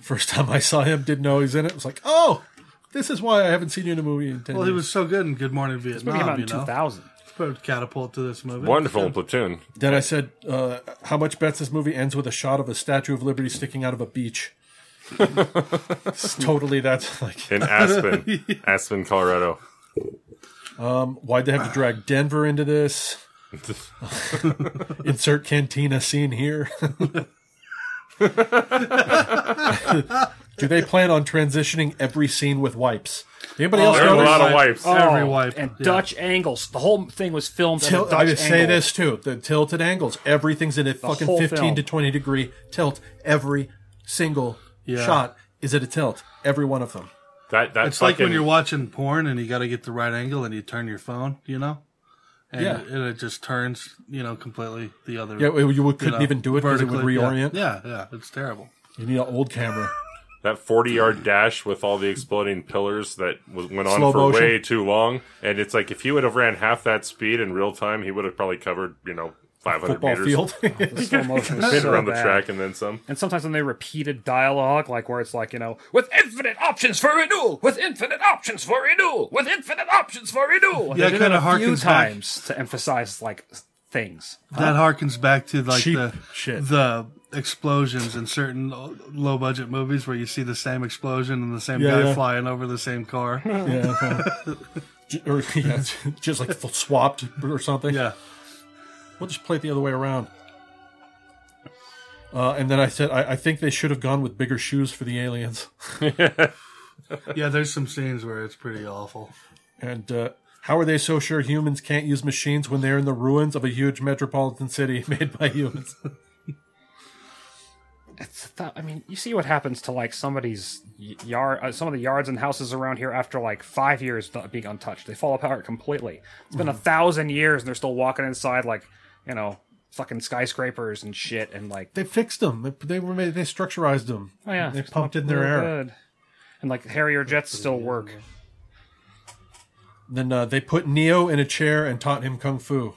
First time I saw him, didn't know he was in it. I was like, oh, this is why I haven't seen you in a movie in ten Well, he years. was so good in Good Morning Vietnam. Maybe about you in two know, thousand. Put catapult to this movie. Wonderful in platoon. then I said, uh, how much bets this movie ends with a shot of a Statue of Liberty sticking out of a beach. *laughs* It's totally, that's like in Aspen, Aspen, Colorado. why'd they have to drag Denver into *laughs* this? Insert cantina scene here. Do they plan on transitioning every scene with wipes? Anybody else Oh, There's a notice? lot of wipes. oh, Every wipe, and yeah. Dutch angles. The whole thing was filmed Til- at a I Dutch would say angle. this too: the tilted angles. Everything's in a fucking whole fifteen to film. twenty degree tilt. Every single Yeah. shot is at a tilt. Every one of them. That that It's like when fucking- you're watching porn and you got to get the right angle and you turn your phone, you know, and, Yeah. and it just turns, you know, completely the other. Yeah, you would- couldn't know, even do it because it would vertically. reorient. Yeah, yeah, yeah, it's terrible. You need an old camera. that forty yard dash with all the exploding pillars that was, went on Slow for motion. way too long, and it's like if he would have ran half that speed in real time, he would have probably covered you know five hundred Football meters. field. *laughs* The *laughs* slow motion was Been *laughs* so around the bad. track and then some. And sometimes when they repeated dialogue, like where it's like, you know, with infinite options for renewal, with infinite options for renewal, with infinite options for renewal. Yeah, They it did it kinda a few harkens back- times to emphasize like things. That harkens back to like Cheap the shit. the explosions in certain low budget movies where you see the same explosion and the same Yeah, guy yeah. flying over the *laughs* same car. yeah. Or, yeah, just like f- swapped or something. yeah. We'll just play it the other way around. Uh, and then I said, I, I think they should have gone with bigger shoes for the aliens. *laughs* Yeah, there's some scenes where it's pretty awful. And uh, how are they so sure humans can't use machines when they're in the ruins of a huge metropolitan city *laughs* made by humans? It's th- I mean, you see what happens to like somebody's y- yard, uh, some of the yards and houses around here after like five years not being untouched. They fall apart completely. It's Mm-hmm. been a thousand years and they're still walking inside like you know fucking skyscrapers and shit and like they fixed them. They, they were made, they structurized them. oh yeah, they it's pumped not in their real air. good. And like Harrier jets still work. Then uh, they put Neo in a chair and taught him kung fu.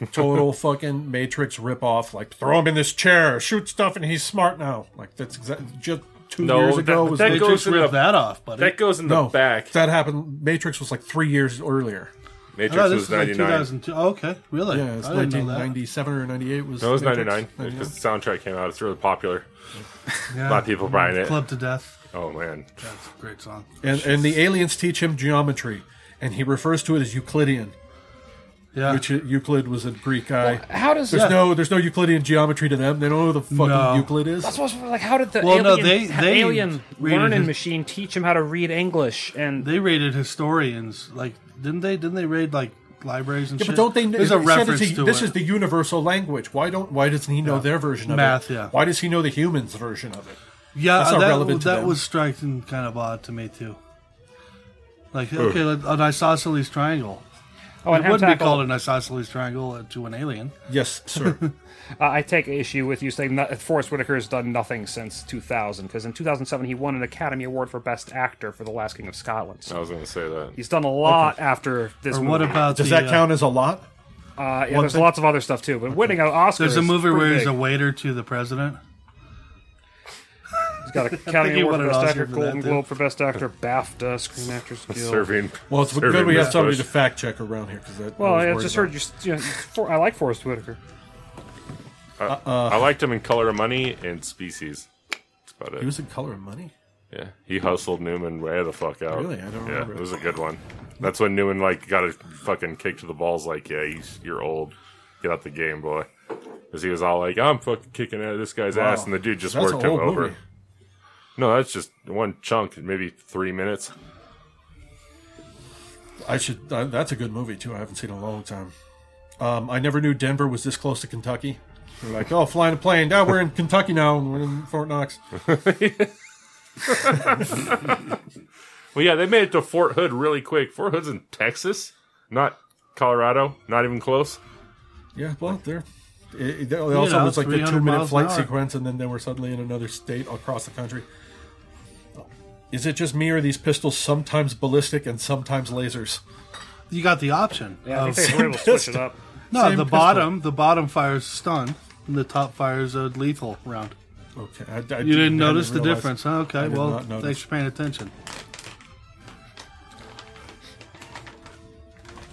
*laughs* Total fucking Matrix ripoff. Like throw him in this chair, shoot stuff, and he's smart now. Like that's exactly just two No, years ago that- was that They Matrix. goes just in ripped the- that off, buddy. That goes in the no back. That happened. Matrix was like three years earlier. Matrix Oh, this was is like 99. 2002. Oh, okay, really? Yeah, it's I didn't know that. 1997 or 98 was. no, it was Matrix. 99 because the soundtrack came out. It's really popular. Yeah. A lot of people buying it. Club to Death. Oh, man. That's a great song. And, and the aliens teach him geometry, and he refers to it as Euclidean, Yeah. which Euclid was a Greek guy. How does uh, that? there's no there's no Euclidean geometry to them. They don't know who the fucking No. Euclid is. That's what's like. How did the Well, alien, no, they- ha- they alien read it learning as- machine teach him how to read English and they raided historians. Like, didn't they? Didn't they raid like libraries and Yeah, shit? but don't they? There's it said a it's reference a- to this it. is the universal language. Why don't? Why doesn't he know their version of Math, it? yeah. Why does he know the humans' version of it? yeah, that's not that, relevant to that them. was striking kind of odd to me too. Like, okay, let, an isosceles triangle. oh, and it wouldn't be Hemtackle, called an isosceles triangle uh, to an alien. Yes, *laughs* sir. I I take issue with you saying that Forrest Whitaker has done nothing since 2000 because in 2007 he won an Academy Award for Best Actor for The Last King of Scotland. I was going to say that. He's done a lot after this. Or movie. what about Does the, that uh, count as a lot? Uh, yeah, one there's thing- lots of other stuff too, but winning an Oscar. There's a is movie where pretty he's a big. waiter to the president. he's *laughs* got an Academy he Award for won an Best Oscar Actor, for that, Golden too. Globe for Best Actor, *laughs* BAFTA, Screen Actors Guild. Serving. Well, it's serving good we have Miss somebody to Bush. fact check around here because that. Well, was I worried just about. heard you. you know, For, I like Forrest Whitaker. Uh. I liked him in Color of Money and Species. That's about it. He was in Color and Money. yeah, he hustled Newman way the fuck out. Really? I don't yeah, remember. it was a good one. That's when Newman like got a fucking kick to the balls. Like, yeah, you, you're old. Get out the game, boy. Because he was all like, "I'm fucking kicking out of this guy's ass," and the dude just That's worked an him old over. movie. No, that's just one chunk, maybe three minutes. I should. Uh, that's a good movie too. I haven't seen it in a long time. Um, I never knew Denver was this close to Kentucky. They're like, oh, flying a plane. Now we're in Kentucky now. and We're in Fort Knox. Well, yeah, they made it to Fort Hood really quick. Fort Hood's in Texas, not Colorado, not even close. *laughs* Yeah, well, they're. It, it- they also know, was like the 300 two-minute miles an flight hour. sequence, and then they were suddenly in another state across the country. Oh, Is it just me or are these pistols sometimes ballistic and sometimes lasers? You got the option. Yeah, I of- think they were able to *laughs* switch it up. no, same the pistol. bottom, the bottom fires stun, and the top fires a lethal round. Okay, I, I You didn't I notice the realize. difference, huh? Okay, did well, not notice. thanks for paying attention.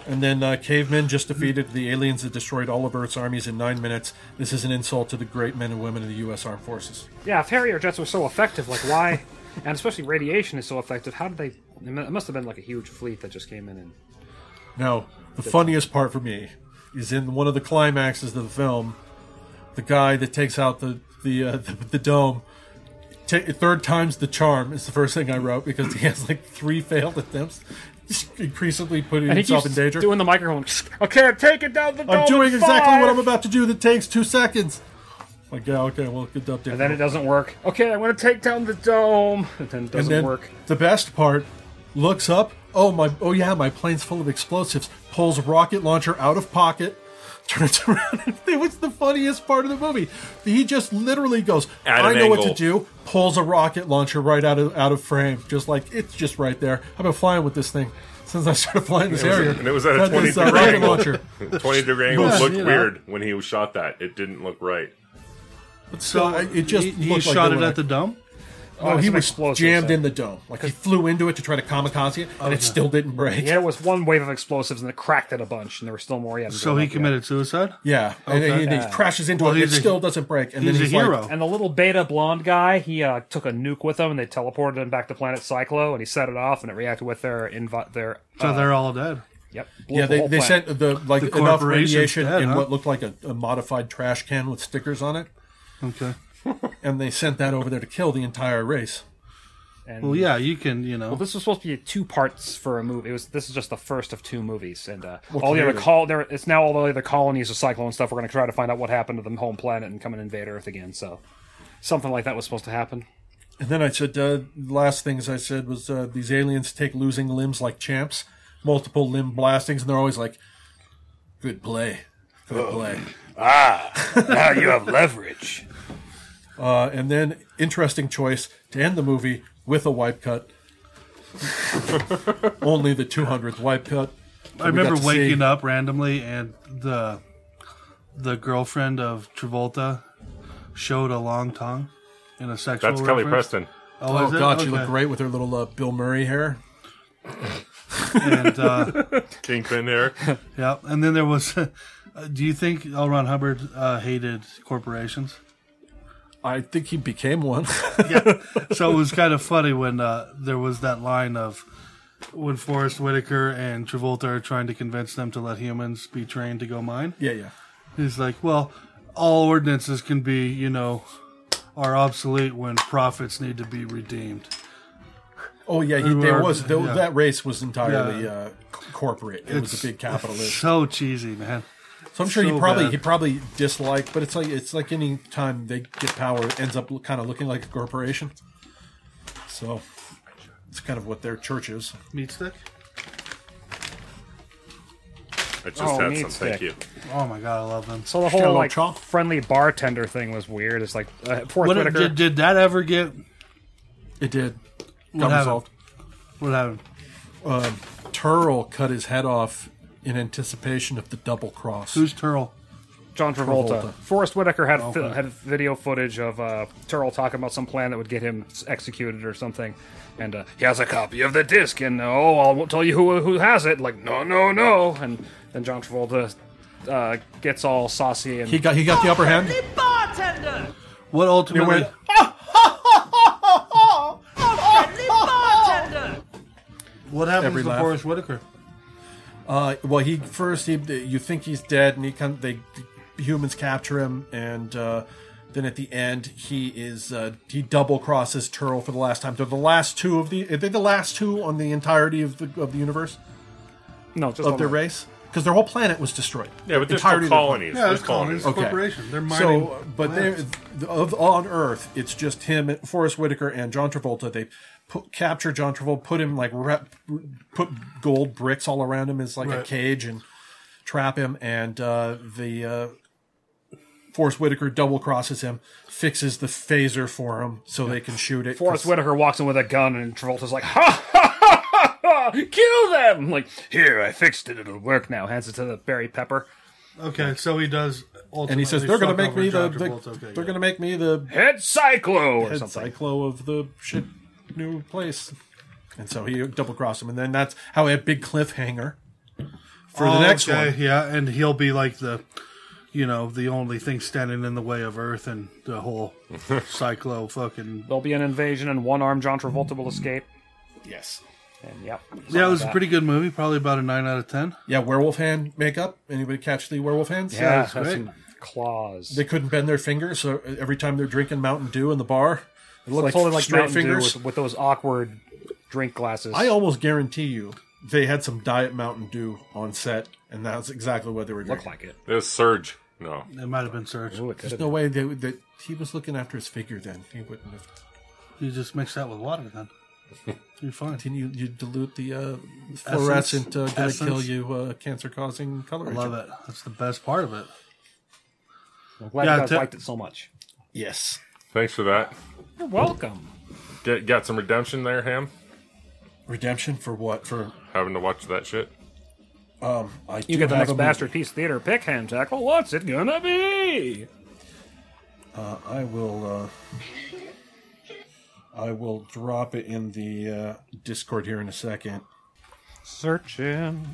And then uh, cavemen just defeated the aliens that destroyed all of Earth's armies in nine minutes. This is an insult to the great men and women of the U.S. Armed Forces. Yeah, if Harrier jets were so effective, like why? and especially radiation is so effective. How did they? It mu- it must have been like a huge fleet that just came in and Now, the funniest part for me is in one of the climaxes of the film, the guy that takes out the the uh, *laughs* the, the dome. ta third time's the charm is the first thing I wrote because he has like three failed attempts, *laughs* just increasingly putting And he himself keeps in danger. doing the *laughs* microphone. I can't take it down the dome. I'm doing it's exactly what I'm fine." about to do. That takes two seconds. Like, yeah, okay, well, good update. And then it doesn't work. Okay, I'm gonna take down the dome. And *laughs* then it doesn't and then work. The best part looks up. Oh my! Oh yeah, my plane's full of explosives. Pulls rocket launcher out of pocket. *laughs* Turns around. And *laughs* it was the funniest part of the movie. He just literally goes, At "I an know what angle. to do." Pulls a rocket launcher right out of out of frame, just like it's just right there. I've been flying with this thing since I started flying this It was- area. and it was at a Had this, 20 degree rocket angle. launcher. 20 degree angle looked you know. weird when he shot that. It didn't look right. So I- it just he, he looked like shot they it were at the dome. Oh, he some was explosives jammed there. in the dome. Like he flew into it to try to kamikaze it, and Oh, it still didn't break. Yeah, it was one wave of explosives, and it cracked it a bunch, and there were still more. Yet So he committed suicide. Yeah, and, Okay. and he crashes into Well, it. It he's a- still doesn't break, and He's then a he's like, hero. And the little beta blonde guy, he uh, took a nuke with him, and they teleported him back to planet Cyclo, and he set it off, and it reacted with their invi- their. so uh, they're all dead. Yep. blew Yeah, up the they, whole they planet. sent the like The enough corporation's radiation dead, in huh? what looked like a, a modified trash can with stickers on it, Okay. and they sent that over there to kill the entire race. And, Well, yeah, you can, you know. Well, this was supposed to be two parts for a movie. It was this is just the first of two movies, and uh, all the other clearly. col there it's now all the other colonies of Cyclone stuff. We're going to try to find out what happened to the home planet and come and invade Earth again. So something like that was supposed to happen. And then I said, uh, last things I said was uh, these aliens take losing limbs like champs, multiple limb blastings, and they're always like, "Good play, good play." Oh. Ah, Now you have leverage. *laughs* Uh, and then interesting choice to end the movie with a wipe *laughs* cut. Only the 200th wipe cut. I remember to see- waking up randomly and the the girlfriend of Travolta showed a long tongue in a sexual. That's Kelly reference. Preston. Oh, Oh is it? God, she Okay. looked great with her little uh, Bill Murray hair. And, uh, Kingpin *laughs* there. *laughs* yeah, and then there was. *laughs* uh, do you think L. Ron Hubbard uh, hated corporations? I think he became one. *laughs* So it was kind of funny when uh, there was that line of when Forrest Whitaker and Travolta are trying to convince them to let humans be trained to go mine. yeah, yeah. He's like, well, all ordinances can be, you know, are obsolete when profits need to be redeemed. Oh yeah, he, there were- was there, yeah. that race was entirely Yeah. uh, c- corporate. It was It's- a big capitalist. So cheesy, man. So I'm sure so he probably bad. he probably disliked, but it's like it's like any time they get power, it ends up kind of looking like a corporation. So it's kind of what their church is. Meat stick? I just Oh, had meat some. Thank stick. you. Oh my god, I love them. So the got a whole little like chomp. friendly bartender thing was weird. It's like uh, Forrest What Whitaker. did, did that ever get It did. What Got happened? resolved. what happened? Turl cut his head off in anticipation of the double cross. Who's Turl? John Travolta. Travolta. Forrest Whitaker had fi- had video footage of uh, Turl talking about some plan that would get him s- executed or something, and uh, he has a copy of the disc, and oh, I won't tell you who who has it. Like no, no, no, and then John Travolta uh, gets all saucy and he got he got the upper hand. bartender! What ultimately? went- bartender! what happens Every to laugh. Forrest Whitaker? Uh, well, he first he you think he's dead, and he kind they humans capture him, and uh, then at the end he is uh, he double crosses Turl for the last time. They're the last two of the are they the last two on the entirety of the of the universe no, just of their the race because their whole planet was destroyed. Yeah, but there's Entirety no of their- colonies. Yeah, there's it's colonies. colonies. It's a corporation. They're mining. So, but they of on Earth, it's just him, Forrest Whitaker, and John Travolta. They put, capture John Travolta, put him like wrap, put gold bricks all around him as like a Right. cage and trap him. And uh, the uh, Forrest Whitaker double crosses him, fixes the phaser for him so they can shoot it. Forrest Whitaker walks in with a gun, and Travolta's like, ha ha ha ha, ha, kill them! Like here, I fixed it. It'll work now. Hands it to the Barry Pepper. okay, so he does. Ultimately and he says they're going to make fuck over me the, John the Travolta." Okay, they're yeah. going to make me the Head Cyclo or head something. cyclo of the shit new place. And so he double crossed him, and then that's how a big cliffhanger for Oh, the next okay, one. Yeah, and he'll be like the, you know, the only thing standing in the way of Earth and *laughs* the whole cyclo fucking. There'll be an invasion, and one armed John Travolta will escape. Yes. And yep. Yeah, it was a pretty good movie. Probably about a nine out of ten. Yeah, werewolf hand makeup. Anybody catch the werewolf hands? Yeah, Sounds has great. some claws. They couldn't bend their fingers, so every time they're drinking Mountain Dew in the bar, it Well, looked it's only like, straight Mountain Dew fingers. with, with those awkward drink glasses. I almost guarantee you they had some diet Mountain Dew on set, and that's exactly what they were look drinking. like it. There's Surge. No. It might have been Surge. Ooh, it could There's have no way they, would- that he was looking after his figure then. He wouldn't have. You just mix that with water, *laughs* then you're fine. Can you, you dilute the uh, fluorescent, uh, gonna Essence? kill you, uh, cancer causing color? I agent? love it. That's the best part of it. I'm glad Yeah, you guys te- liked it so much. Yes. Thanks for that. You're welcome. Get, got some redemption there, Ham. Redemption for what? For um, Having to watch that shit. I You do get the have next a movie. masterpiece theater pick hand tackle. What's it gonna be? I will. Uh, I will drop it in the uh, Discord here in a second. Searching.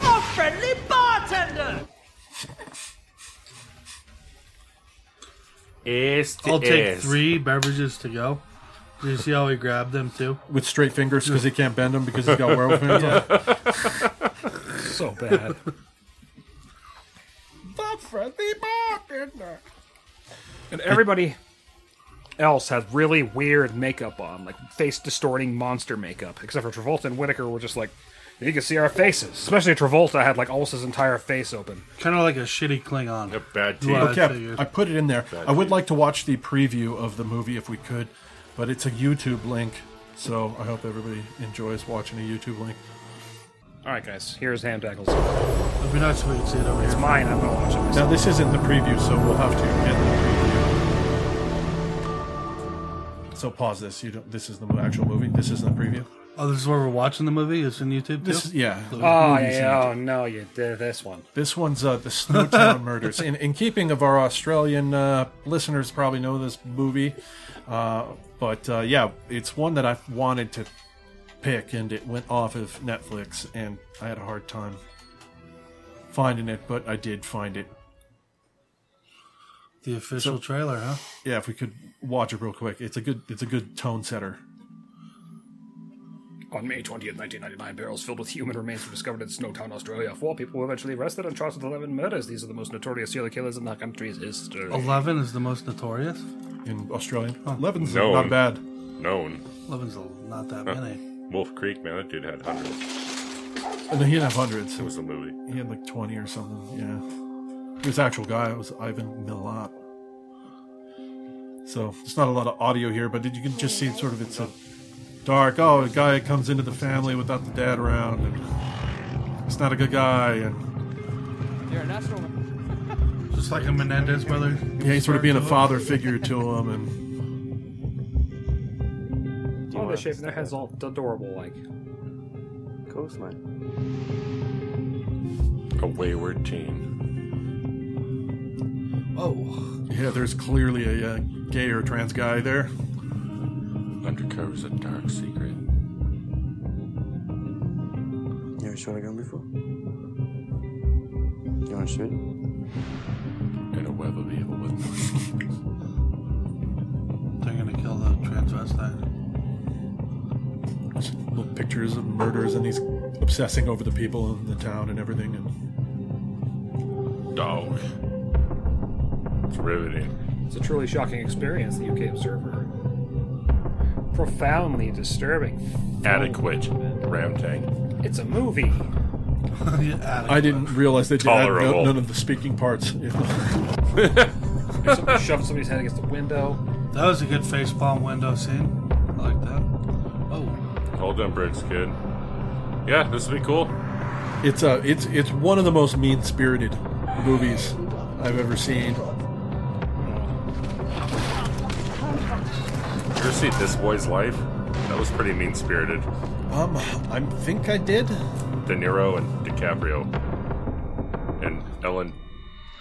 A friendly bartender! Yes, I'll take three beverages to go Do you see how he grabbed them too? with straight fingers *laughs* because he can't bend them because he's got werewolf hands. on. So bad. and everybody else had really weird makeup on, like face distorting monster makeup, except for Travolta and Whitaker were just like, you can see our faces. Especially Travolta had like almost his entire face open. Kind of like a shitty Klingon. A bad team. Right. Cap, figured. I put it in there. I would like to watch the preview of the movie if we could, but it's a YouTube link, so I hope everybody enjoys watching a YouTube link. All right, guys, here's Ham Tackles. It'd be nice if we could see it over It's here. mine. I'm not watching this. Now this isn't the preview, so we'll have to get the preview. So pause this. You don't, this is the actual movie. This isn't the preview. Oh, this is where we're watching the movie. It's in YouTube too. This yeah. the Oh, movie's in yeah, it. oh no, you did this one. This one's uh, the *laughs* Snowtown Murders. In, in keeping of our Australian uh, listeners, probably know this movie, uh, but uh, yeah, it's one that I wanted to pick, and it went off of Netflix, and I had a hard time finding it, but I did find it. the official trailer, huh? Yeah, if we could watch it real quick, it's a good it's a good tone setter. On May 20th, 1999, barrels filled with human remains were discovered in Snowtown, Australia. Four people were eventually arrested and charged with 11 murders. These are the most notorious serial killers in the country's history. Eleven is the most notorious. In Australian, eleven's Uh. No. not bad. Known. Eleven's not that many. Wolf Creek, man, that dude had hundreds. And he didn't have hundreds. It was a movie. He had like twenty or something. Yeah, he was an actual guy. It was Ivan Milat. So it's not a lot of audio here, but you can just see sort of it's a dark. Oh, a guy comes into the family without the dad around, and it's not a good guy. And Just like a Menendez brother. yeah, he's sort of being a father figure to him. And Oh, they're shaving their heads all adorable, like. Coastline. A wayward teen. Oh, yeah, there's clearly a uh, gay or trans guy there. Undercovers a dark secret. You ever shot a gun before? You wanna shoot? In a web of evil with they're gonna kill the transvestite. There's little pictures of murders, and he's obsessing over the people in the town and everything. And dog. It's riveting. It's a truly shocking experience, the UK Observer. Profoundly disturbing. Adequate. Ramtang. It's a movie. *laughs* yeah, Adam. I didn't realize they did add no, Tolerable. none of the speaking parts. *laughs* Somebody shoved somebody's head against the window. That was a good facepalm window scene. I like that. Oh, All done bricks, kid. Yeah, this would be cool. It's uh, it's it's one of the most mean spirited movies I've ever seen. You ever see This Boy's Life? That was pretty mean spirited. Um, I think I did. De Niro and DiCaprio. And Ellen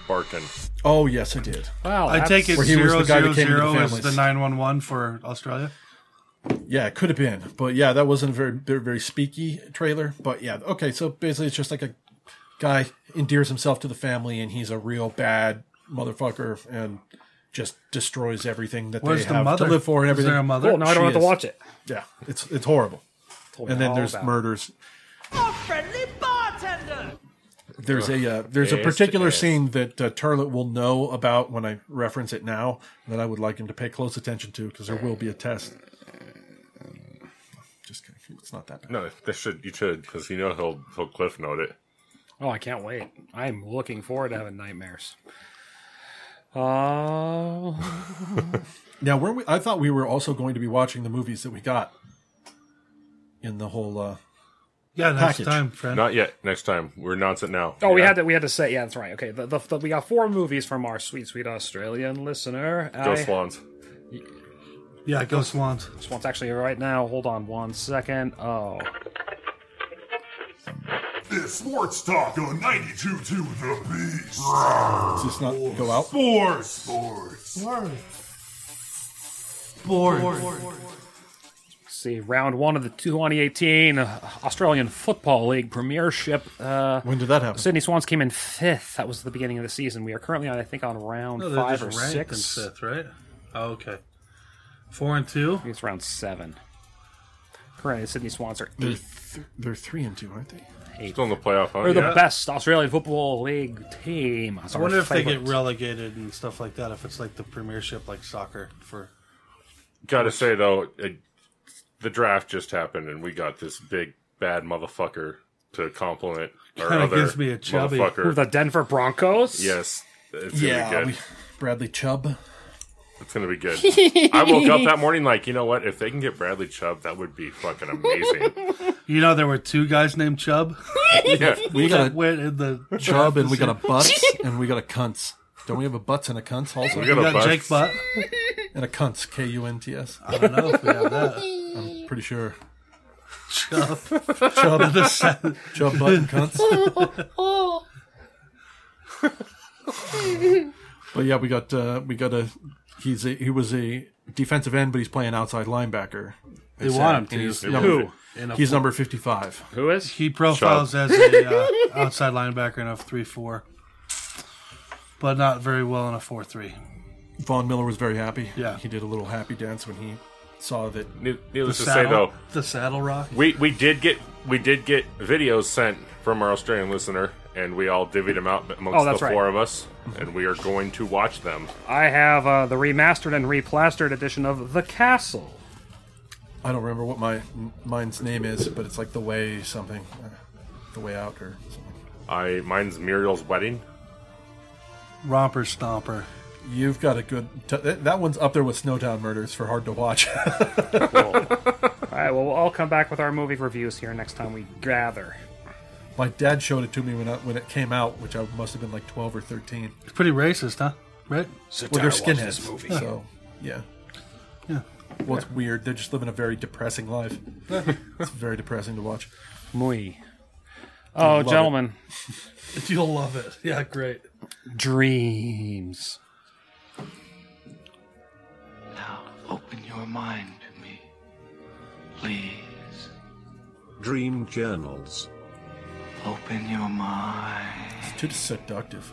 Barkin. Oh yes, I did. Wow. I take it Where he was zero the guy zero that came into the zero is the families. nine one one for Australia. Yeah, it could have been, but yeah, that wasn't a very very, very speaky trailer. But yeah, okay. So basically, it's just like a guy endears himself to the family, and he's a real bad motherfucker, and just destroys everything that Where's they the have mother? to live for and Is everything. there a mother? Cool, now I she don't have to is. watch it. Yeah, it's it's horrible. Told And me then all there's about it. murders. A friendly bartender! there's a uh, there's a Yes, particular yes. scene that uh, Turlet will know about when I reference it now that I would like him to pay close attention to because there will be a test. Just kidding, it's not that bad. No, they should. You should, because you know he'll he'll cliff note it. Oh, I can't wait. I'm looking forward to having nightmares. Uh, Now, were we? I thought we were also going to be watching the movies that we got in the whole. Uh, Yeah, next Package. time, friend. Not yet. Next time, we're announcing it now. oh, we Yeah? had to we had to say yeah, that's right. Okay, the, the, the- we got four movies from our sweet sweet Australian listener. Go I- Swans. yeah, go Swans. This one's actually right now. Hold on one second. Oh, It's sports talk on 92 to the beast. does this not go out? Sports. Sports. see, round one of the 2018 Australian Football League Premiership. Uh, When did that happen? Sydney Swans came in fifth. That was the beginning of the season. We are currently on, I think, on round No, Oh, they're five or just ranked in six. fifth, right? Oh, okay. Four and two? it's round seven. Correct. and Sydney Swans are They're, eighth. th- they're three and two, aren't they? Still in the playoff, huh? They're the Yeah. best Australian Football League team. It's I our wonder if they favorite. get relegated and stuff like that. If it's like the premiership, like soccer for Gotta say though, it, the draft just happened, and we got this big bad motherfucker to compliment our Kinda other gives me a chubby. motherfucker. Who, the Denver Broncos. yes, it's yeah, gonna we- be good. Bradley Chubb. It's gonna be good. I woke up that morning like, you know what? If they can get Bradley Chubb, that would be fucking amazing. *laughs* You know, there were two guys named Chubb. Yeah. We *laughs* that got a went in the Chubb and we got a *laughs* draft butts and we got a cunts. Don't we have a butts and a cunts also? this We year. got You a got bus. Jake Butt. and a cunts. K U N T S. I don't know if we *laughs* have that. I'm pretty sure. Chubb. Chubb, The se- Chubb butt and cunts. *laughs* But yeah, we got uh, we got a he's a, he was a defensive end, but he's playing outside linebacker. They want him And to. He's They number, want In a He's number fifty-five. Who is? He profiles as a *laughs* uh, outside linebacker in a three-four, but not very well in a four-three. Vaughn Miller was very happy. Yeah. he did a little happy dance when he saw that. Ne- Needless to say saddle, though, the saddle rock. we we did get we did get videos sent from our Australian listener, and we all divvied them out amongst Oh, the that's right. four of us, and we are going to watch them. I have uh, the remastered and replastered edition of The Castle. I don't remember what my mine's name is, but it's like the way something, uh, the way out or something. I mine's Muriel's wedding. Romper stomper. You've got a good. T- that, that one's up there with Snowtown Murders for hard to watch. *laughs* All right, well, we'll all come back with our movie reviews here next time we gather. my dad showed it to me when I, when it came out, which I must have been like twelve or thirteen. It's pretty racist, huh? Right? Sit Well, they're down and watch skinheads, this movie. so yeah. Yeah. Well, it's weird. They're just living a very depressing life. it's very depressing to watch. Muy. Oh, Love it. gentlemen, *laughs* You'll love it. Yeah, great. dreams. Now open your mind to me. Please, Dream journals. open your mind. It's too seductive.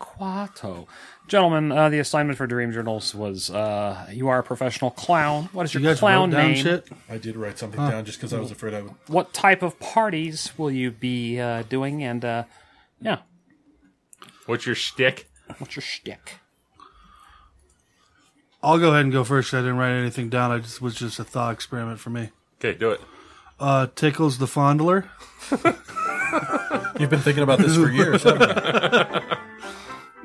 Quato. Gentlemen, uh, the assignment for Dream Journals was uh, you are a professional clown. What is You your guys clown wrote down name? shit. I did write something down just because I was afraid I would. What type of parties will you be uh, doing? And uh, yeah, What's your shtick? what's your shtick? I'll go ahead and go first. I didn't write anything down. I just was just a thought experiment for me. Okay, do it. Uh, Tickles the Fondler. You've been thinking about this *laughs* for years, haven't you?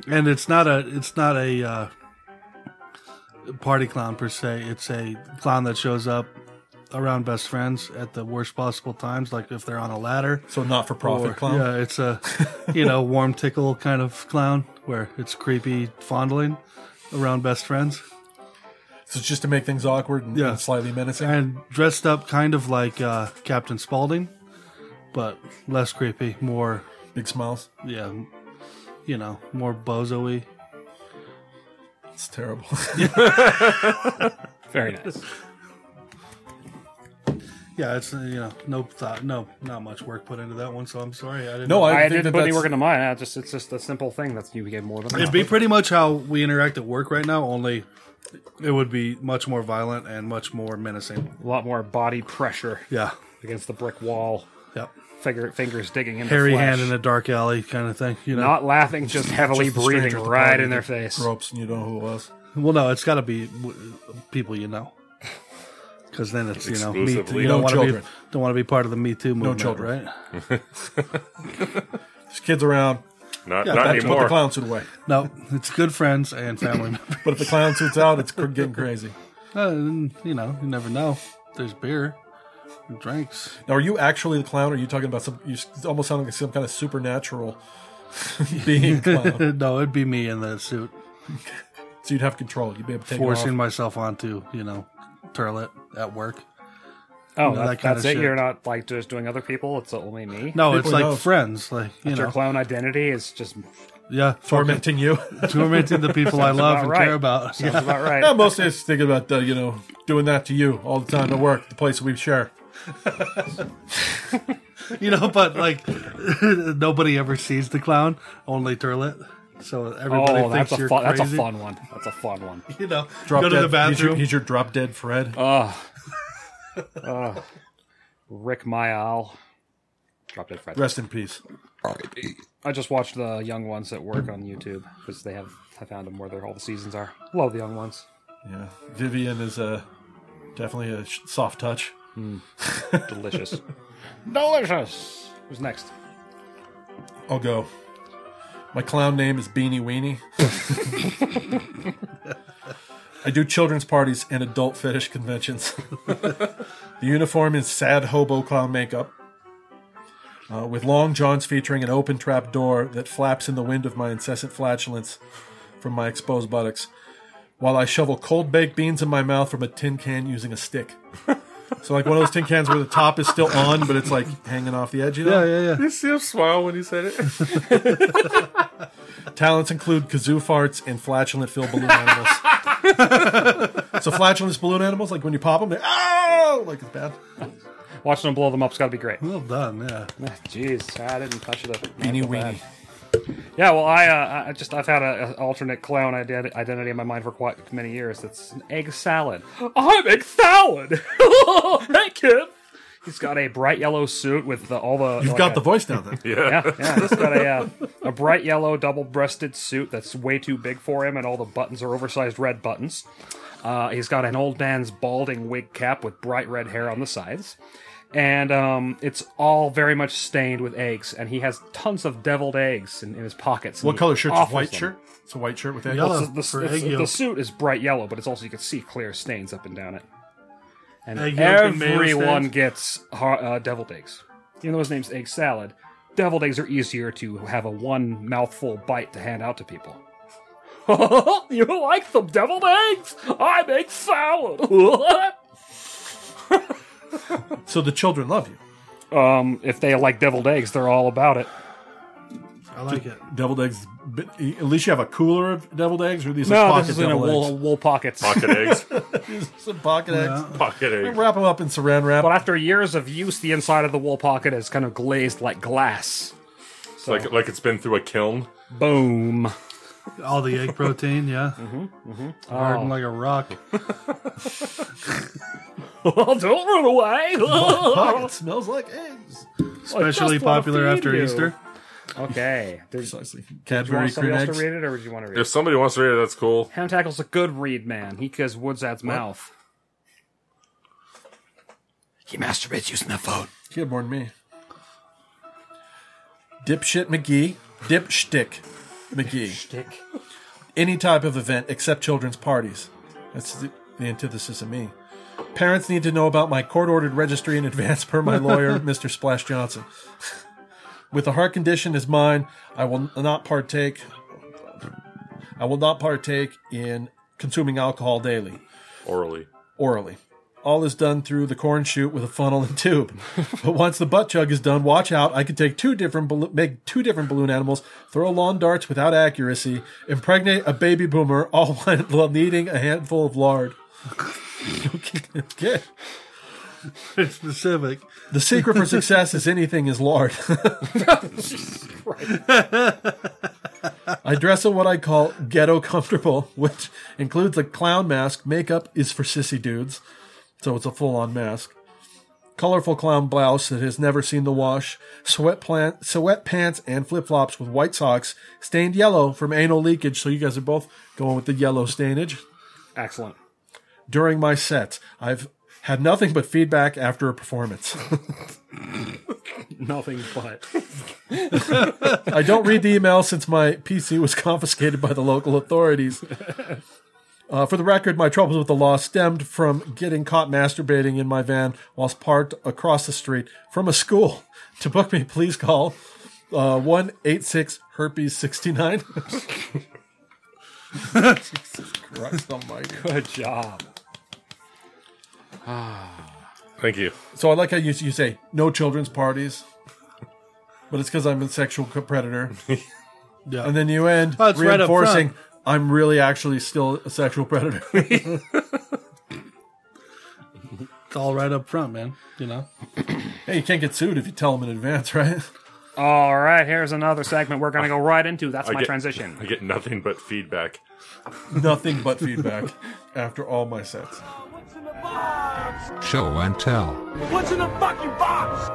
and it's not a it's not a uh, party clown per se. It's a clown that shows up around best friends at the worst possible times, like if they're on a ladder. So not for profit or- clown. Yeah, *laughs* it's a you know warm tickle kind of clown where it's creepy fondling around best friends So it's just to make things awkward and, Yeah. and slightly menacing. and dressed up kind of like uh, Captain Spaulding, but less creepy, more Big smiles. yeah, you know, more bozoy. It's *laughs* terrible. Very nice. Yeah, it's uh, you know no thought, no not much work put into that one, so I'm sorry I didn't. No, I, I think didn't that put any that's- work into mine. I just it's just a simple thing that you gave more than it'd be pretty much how we interact at work right now. Only it would be much more violent and much more menacing. a lot more body pressure Yeah, against the brick wall. yep. Finger, fingers digging into Hairy flesh. hand in a dark alley kind of thing. You know. not laughing, just heavily just the breathing stranger at the right party in their that face. Gropes and you don't know who it was. well, no, it's got to be w- people you know. Because then it's you know me too. Exclusively. you don't No want to children. be don't want to be part of the Me Too movement, children. right? There's kids around. Not Yeah, not That's what that's the anymore. clown suit away. No, it's good friends and *coughs* family members. But if the clown suit's out, it's cr- getting crazy. Uh, you know, you never know. There's beer, and drinks. Now, are you actually the clown? Or are you talking about some? You s- almost sound like some kind of supernatural *laughs* being *laughs* clown. no, it'd be me in that suit, So you'd have control. You'd be able to take forcing it off. myself onto you know, turlet at work. Oh, No, that, that kinda that's it. shit. You're not like just doing other people. It's only me. No, People it's like know. friends, like you It's know, your clown identity is just sounds yeah, tormenting you. *laughs* fucking tormenting the people I love about and right. care about. *laughs* Yeah. about right. no, mostly it's thinking about uh, you know doing that to you all the time at work, the place we share. *laughs* You know, but like nobody ever sees the clown, only turlet. So everybody oh, that's thinks a you're fun, That's a crazy. fun one. That's a fun one. You know, Drop go to the dead- he's your- bathroom. He's your, drop dead Fred. Uh, uh, Rick Mayall. Drop Dead Fred. Rest in peace. I just watched the Young Ones at work on YouTube because they have I found them where their all the seasons are. Love the Young Ones. Yeah, Vivian is a definitely a sh- soft touch. *laughs* Delicious. Delicious. Who's next? I'll go. My clown name is Beanie Weenie. I do children's parties and adult fetish conventions. the uniform is sad hobo clown makeup. Uh, with long johns featuring an open trap door that flaps in the wind of my incessant flatulence from my exposed buttocks, while I shovel cold baked beans in my mouth from a tin can using a stick. so, like one of those tin cans where the top is still on, but it's like hanging off the edge, you know? You see him smile when he said it. Talents include kazoo farts and flatulent filled balloon animals. *laughs* so flatulent balloon animals, like when you pop them, they're oh, like it's bad. Watching them blow them up's got to be great. Well done, yeah. *laughs* Jeez, I didn't touch the not the Beanie bad. weenie. Yeah, well, I, uh, I just I've had an alternate clown ident- identity in my mind for quite many years. That's an egg salad. *gasps* I'm egg salad. *laughs* hey kid. He's got a bright yellow suit with the, all the. You've like got a- the voice down then. *laughs* *laughs* Yeah, yeah. He's got a uh, a bright yellow double-breasted suit that's way too big for him, and all the buttons are oversized red buttons. Uh, he's got an old man's balding wig cap with bright red hair on the sides, and um, it's all very much stained with eggs. And he has tons of deviled eggs in, in his pockets. What and he color shirt? It's a offers white them. shirt. It's a white shirt with egg. Yellow Well, it's- the, Oh, for it's- egg the yolk. suit is bright yellow, but it's also you can see clear stains up and down it. And Egg yolk and mayo everyone stains? gets har- uh, deviled eggs. Even though his name's Egg Salad, deviled eggs are easier to have a one mouthful bite to hand out to people. *laughs* you like the deviled eggs? I make salad. *laughs* So the children love you. um, if they like deviled eggs, they're all about it. I like it. Deviled eggs. but At least you have a cooler of deviled eggs, or these are no, pocket Oh, this is in a deviled wool, wool pockets. *laughs* Pocket eggs. eggs. These are Some pocket eggs. Pocket eggs. Wrap them up in saran *laughs* wrap. But after years of use, the inside of the wool pocket is kind of glazed like glass. It's like like it's been through a kiln. Boom. All the egg *laughs* protein, yeah. Mm-hmm, Hard and Oh. like a rock. Don't run My away. pocket Oh, smells like eggs. Especially just wanna popular feed after you. Easter. okay. There's, do Precisely. you want Cadbury cream somebody else eggs. to read it, or would you want to read If it? somebody wants to read it, that's cool. Ham Tackle's a good read, man. He kills Woodsat's mouth. He masturbates using that phone. He had more than me. Dipshit McGee. Dipshtick McGee. Dick. Any type of event except children's parties. That's the, the antithesis of me. Parents need to know about my court ordered registry in advance per my lawyer, Mr. Splash Johnson. With a heart condition as mine, I will not partake. I will not partake in consuming alcohol daily Orally. orally. All is done through the corn chute with a funnel and tube. but once the butt chug is done, watch out! I could take two different ballo- make two different balloon animals, throw lawn darts without accuracy, impregnate a baby boomer, all *laughs* while needing a handful of lard. okay. Very specific. The secret for success is anything is lard. I dress in what I call ghetto comfortable, which includes a clown mask. Makeup is for sissy dudes, so it's a full on mask. Colorful clown blouse that has never seen the wash, sweat plant, sweat pants, and flip flops with white socks stained yellow from anal leakage. So you guys are both going with the yellow stainage Excellent. during my sets. I've had nothing but feedback after a performance. *laughs* Nothing but. I don't read the email since my PC was confiscated by the local authorities. Uh, for the record, my troubles with the law stemmed from getting caught masturbating in my van whilst parked across the street from a school. *laughs* To book me, please call uh, 186 Herpes *laughs* 69. Jesus Christ almighty. *laughs* Good job. Thank you. So I like how you, you say no children's parties, but it's because I'm a sexual co- predator. *laughs* Yeah. And then you end Oh, it's right up reinforcing front. I'm really actually still a sexual predator. *laughs* It's all right up front, man. You know? hey, you can't get sued if you tell them in advance, right? *laughs* All right, here's another segment we're going to go right into. That's I my get- transition. I get nothing but feedback. Nothing but feedback after all my sets. Show and tell. What's in the fucking box?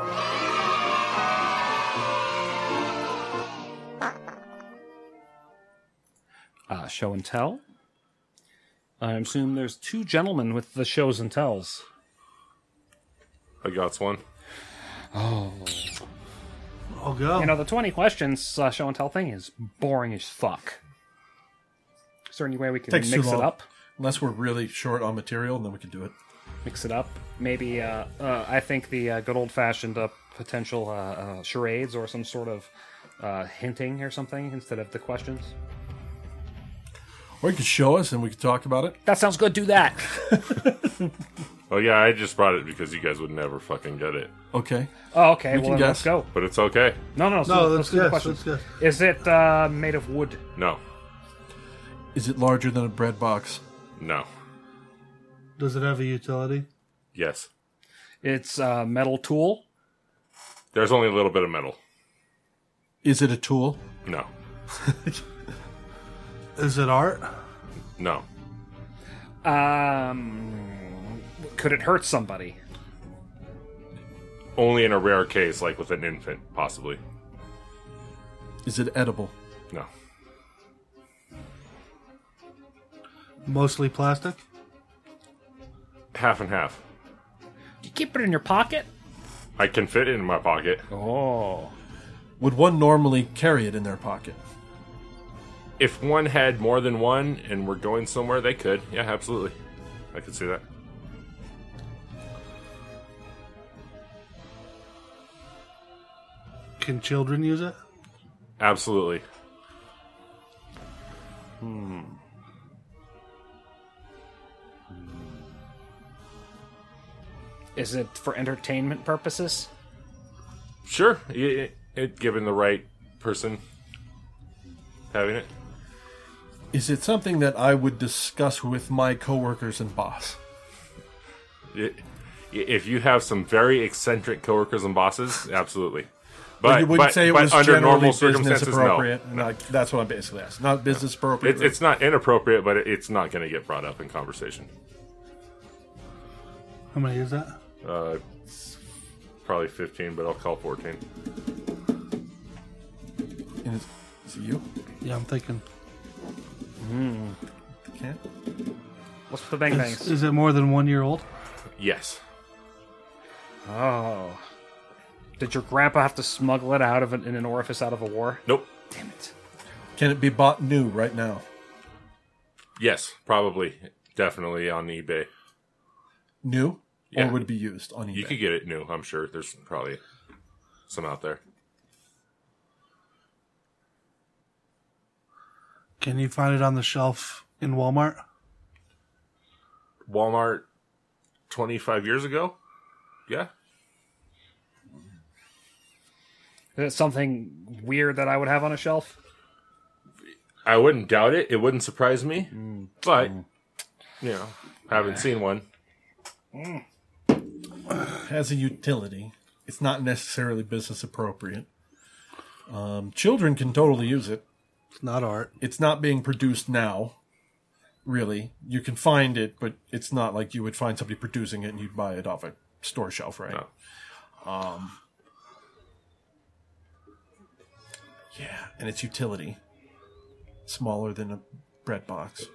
Uh, show and tell. I assume there's two gentlemen with the shows and tells. I got one. Oh. Oh, go. You know, the 20 questions uh, show and tell thing is boring as fuck. Is there any way we can Takes mix too it long. up? Unless we're really short on material, and then we can do it. Mix it up? Maybe, uh, uh, I think the uh, good old fashioned uh, potential uh, uh, charades or some sort of uh, hinting or something instead of the questions. Or you could show us, and we could talk about it. That sounds good, do that! Oh yeah, I just brought it because you guys would never fucking get it. Okay. Oh, okay, We well, can then let's guess. go. But it's okay. No, no, No, no. let's Let's, do the guess, question. let's guess. Is it uh, made of wood? No, Is it larger than a bread box? no, Does it have a utility? yes. It's a metal tool. There's only a little bit of metal. Is it a tool? No, Is it art? no, Um, could it hurt somebody? only in a rare case, like with an infant, possibly. Is it edible? No, Mostly plastic? half and half. You keep it in your pocket. I can fit it in my pocket. Oh. Would one normally carry it in their pocket? If one had more than one and we're going somewhere, they could. Yeah, absolutely. I could see that. Can children use it? Absolutely. Is it for entertainment purposes? Sure. It, it, it- given the right person having it. Is it something that I would discuss with my coworkers and boss? It- if you have some very eccentric coworkers and bosses, absolutely. But, Like, you wouldn't but- say it but was under generally normal business circumstances, no. appropriate. and Like, that's what I'm basically asking. Not business appropriate. It's, it's not inappropriate, but it- it's not going to get brought up in conversation. How many is that? Uh, it's probably 15, but I'll call 14. And it's- is it you? Yeah, I'm thinking. Okay. What's with the bang Is, bangs? is it more than one year old? Yes. Oh. Did your grandpa have to smuggle it out of an, in an orifice out of a war? Nope. Damn it. Can it be bought new right now? Yes, probably. Definitely on eBay. New? Yeah. Or would it be used on eBay? You could get it new, I'm sure. There's probably some out there. Can you find it on the shelf in Walmart? Walmart 25 years ago? Yeah. Is it something weird that I would have on a shelf? I wouldn't doubt it. It wouldn't surprise me. Mm. But, you know, haven't seen one. Has a utility. It's not necessarily business appropriate. Um, children can totally use it. It's not art. It's not being produced now, really. You can find it, but it's not like you would find somebody producing it and you'd buy it off a store shelf, right? Um, yeah, and its utility smaller than a bread box.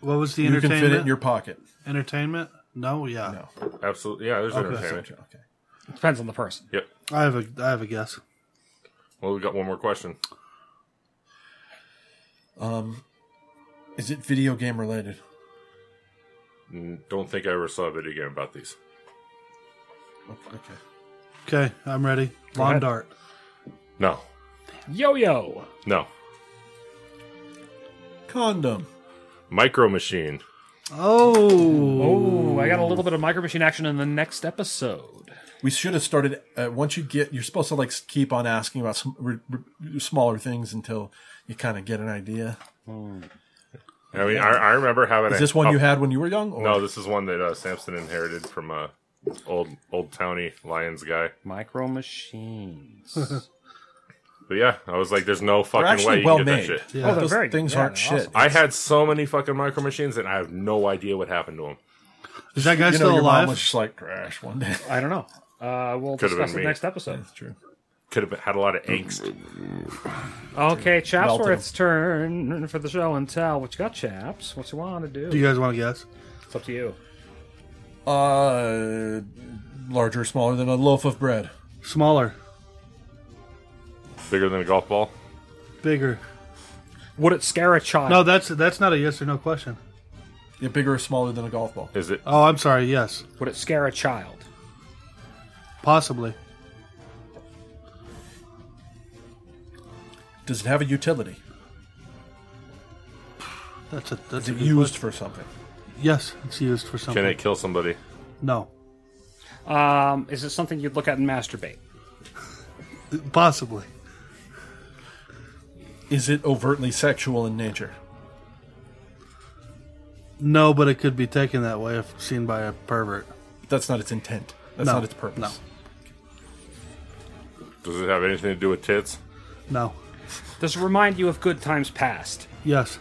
What was the you can entertainment? fit it in your pocket. entertainment? No, yeah. No. Absolutely. Yeah, there's Okay. entertainment. Okay. It depends on the person. Yep. I have a I have a guess. Well, we got one more question. Um, is it video game related? Mm, Don't think I ever saw a video game about these. Okay. Okay, I'm ready. Lawn ahead. dart. No. Yo yo. No. Condom. Micro Machine. Oh. Oh, I got a little bit of micro machine action in the next episode. We should have started. Uh, once you get, you're supposed to like keep on asking about some r- r- smaller things until you kind of get an idea. I mean, I, I remember having Is a- this one oh, you had when you were young? Or No, this is one that uh, Samson inherited from uh, old old towny lions guy. Micro machines. But yeah, I was like, "There's no fucking actually way you well can made. get that shit." Yeah. Oh, they're Those very- things yeah, aren't they're shit. awesome. I had so many fucking micro machines, and I have no idea what happened to them. Is that guy You know, still your mom alive? was just like crash one day. *laughs* *laughs* I don't know. Uh, we'll Could've discuss been it me. next episode. true. Could have had a lot of angst. Okay, Chapsworth's Melted. turn for the show and tell. What you got, Chaps? What you want to do? Do you guys want to guess? It's up to you. Uh, larger or smaller than a loaf of bread? Smaller, Bigger than a golf ball. bigger. Would it scare a child? No, that's that's not a yes or no question. Yeah, bigger or smaller than a golf ball? Is it? Oh, I'm sorry. Yes, Would it scare a child? possibly. Does it have a utility? That's a that's Is a it good used for question. something? Yes, it's used for something. Can it kill somebody? No, Um, is it something you'd look at and masturbate? possibly. Is it overtly sexual in nature? No, but it could be taken that way if seen by a pervert. That's not its intent. That's No, not its purpose. Does it have anything to do with tits? No. Does it remind you of good times past? Yes.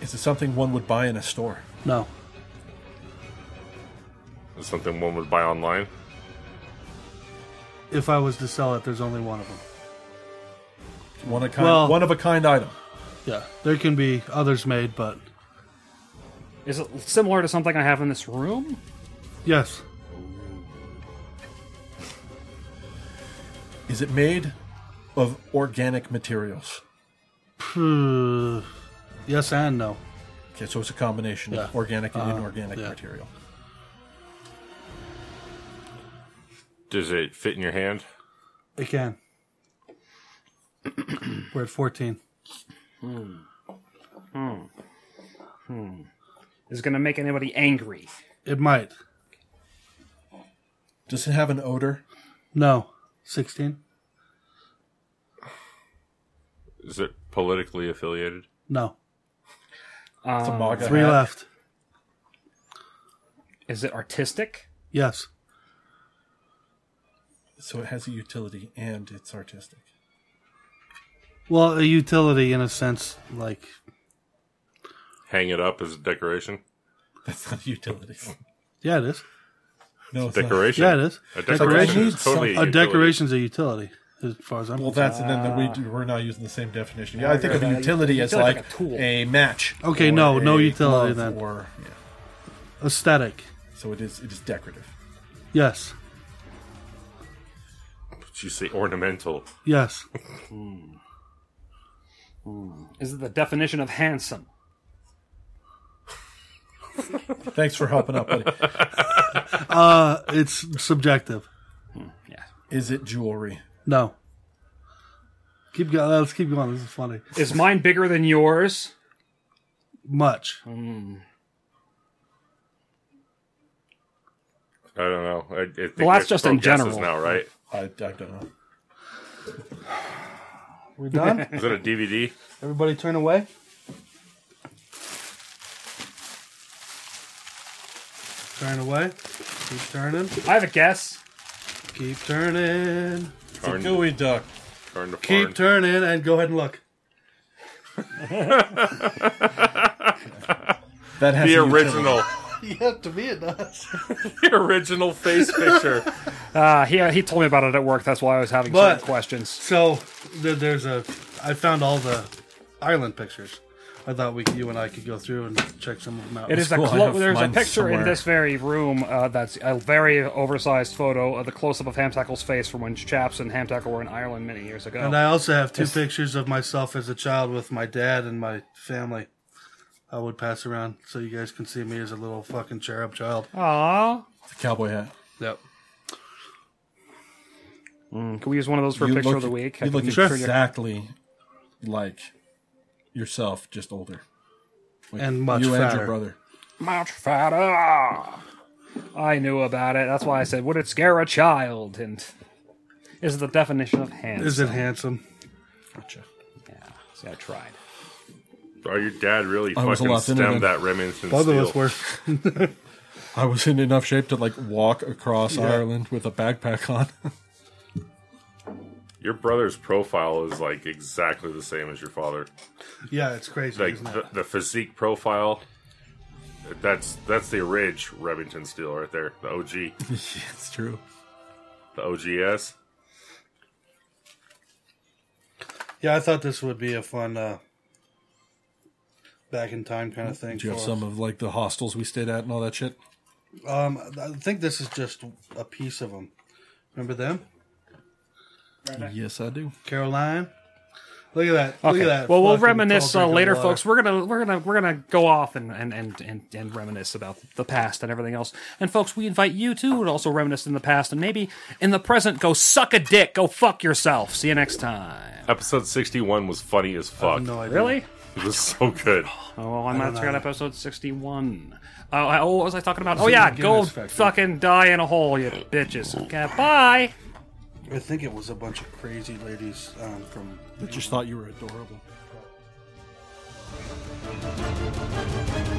Is it something one would buy in a store? No. Is it something one would buy online? If I was to sell it, there's only one of them. One of kind, Well- one of a kind item. Yeah, there can be others made, but Is it similar to something I have in this room? yes, *sighs* Is it made of organic materials? Phew. yes and no. Okay, so it's a combination of Yeah. organic and Uh, inorganic yeah. material. Does it fit in your hand? It can. *clears throat* We're at fourteen. Hmm. Hmm. Is it going to make anybody angry? It might. Does it have an odor? No. Sixteen. Is it politically affiliated? No. It's a Um, MAGA Three hat. left. Is it artistic? Yes. So it has a utility and it's artistic. *laughs* Well, a utility in a sense, like Hang it up as a decoration. That's not a utility. yeah, it is. *laughs* No, it's not. Decoration. Yeah, it is. A decoration need is totally a utility. decoration's a utility, as far as I'm. Well, concerned. that's and then the, we do, we're not using the same definition. Yeah, I think of Yeah, a utility as utility's like, like a a, tool. match. Okay, or no, no a utility glove then. Or, yeah. aesthetic. So it is it is decorative. Yes. Did you say ornamental? Yes. Is it the definition of handsome? Thanks for helping up, buddy. Uh, it's subjective. Is it jewelry? No. Keep going. Let's keep going. This is funny. Is mine bigger than yours? Much. I don't know. I, I think Well, that's I just in broke guesses general. now, right? I, I don't know. We're done. *laughs* Is it a DVD? Everybody, turn away. Turn away. Keep turning. I have a guess. Keep turning. It's a Turn, gooey duck. turn to Keep farn. turning, and go ahead and look. *laughs* That has the a utility. *laughs* original, Yeah, to me it does. *laughs* the *laughs* original face picture. Uh, he, he told me about it at work. That's why I was having But- certain questions. So th- there's a. I found all the island pictures. I thought we, you and I, could go through and check some of them out. It is a cool. I clo- have there's a mine picture in somewhere. this very room uh, that's a very oversized photo of the close up of Ham Tackle's face from when Chaps and Ham Tackle were in Ireland many years ago. And I also have two pictures of myself as a child with my dad and my family. I would pass around so you guys can see me as a little fucking cherub child. Oh. Aww. It's a cowboy hat. Yep. Mm, Can we use one of those for You picture look- of the week? You I look can turn your- exactly like yourself, just older. Like And much you and fatter. your brother. much fatter. I knew about it. That's why I said, would it scare a child? And is the definition of handsome. Is it handsome? Gotcha. Yeah. See, I tried. Oh, your dad really I was Oh, a fucking lot thinner stemmed than- that Remington Both of steel. us were. I was in enough shape to like walk across Yeah. Ireland with a backpack *laughs* on. Your brother's profile is like exactly the same as your father. Yeah, it's crazy, Like uh, isn't it? the, the physique profile. That's that's the ridge Remington Steel right there. The OG, it's true. the OGS. Yeah, I thought this would be a fun uh, back in time kind of thing. Do you have for some of like the hostels we stayed at and all that shit? us. Um, I think this is just a piece of them. Remember them? Yes, I do. Caroline. Look at that. Okay. Look at that. well, we'll fucking reminisce tall uh, drink of later, water. folks. We're gonna we're gonna we're gonna go off and and, and and and reminisce about the past and everything else. And folks, we invite you too to also reminisce in the past and maybe in the present. Go suck a dick. Go fuck yourself. See you next time. Episode sixty-one was funny as fuck. no idea. Really? It was so *laughs* good. Oh, well, I'm I not don't sure know. episode sixty-one. Oh, I, oh, what was I talking about? Is Oh it yeah, the go Guinness Factory? fucking die in a hole, you bitches. Goodbye. I think it was a bunch of crazy ladies um, from. I just thought you were adorable. thought.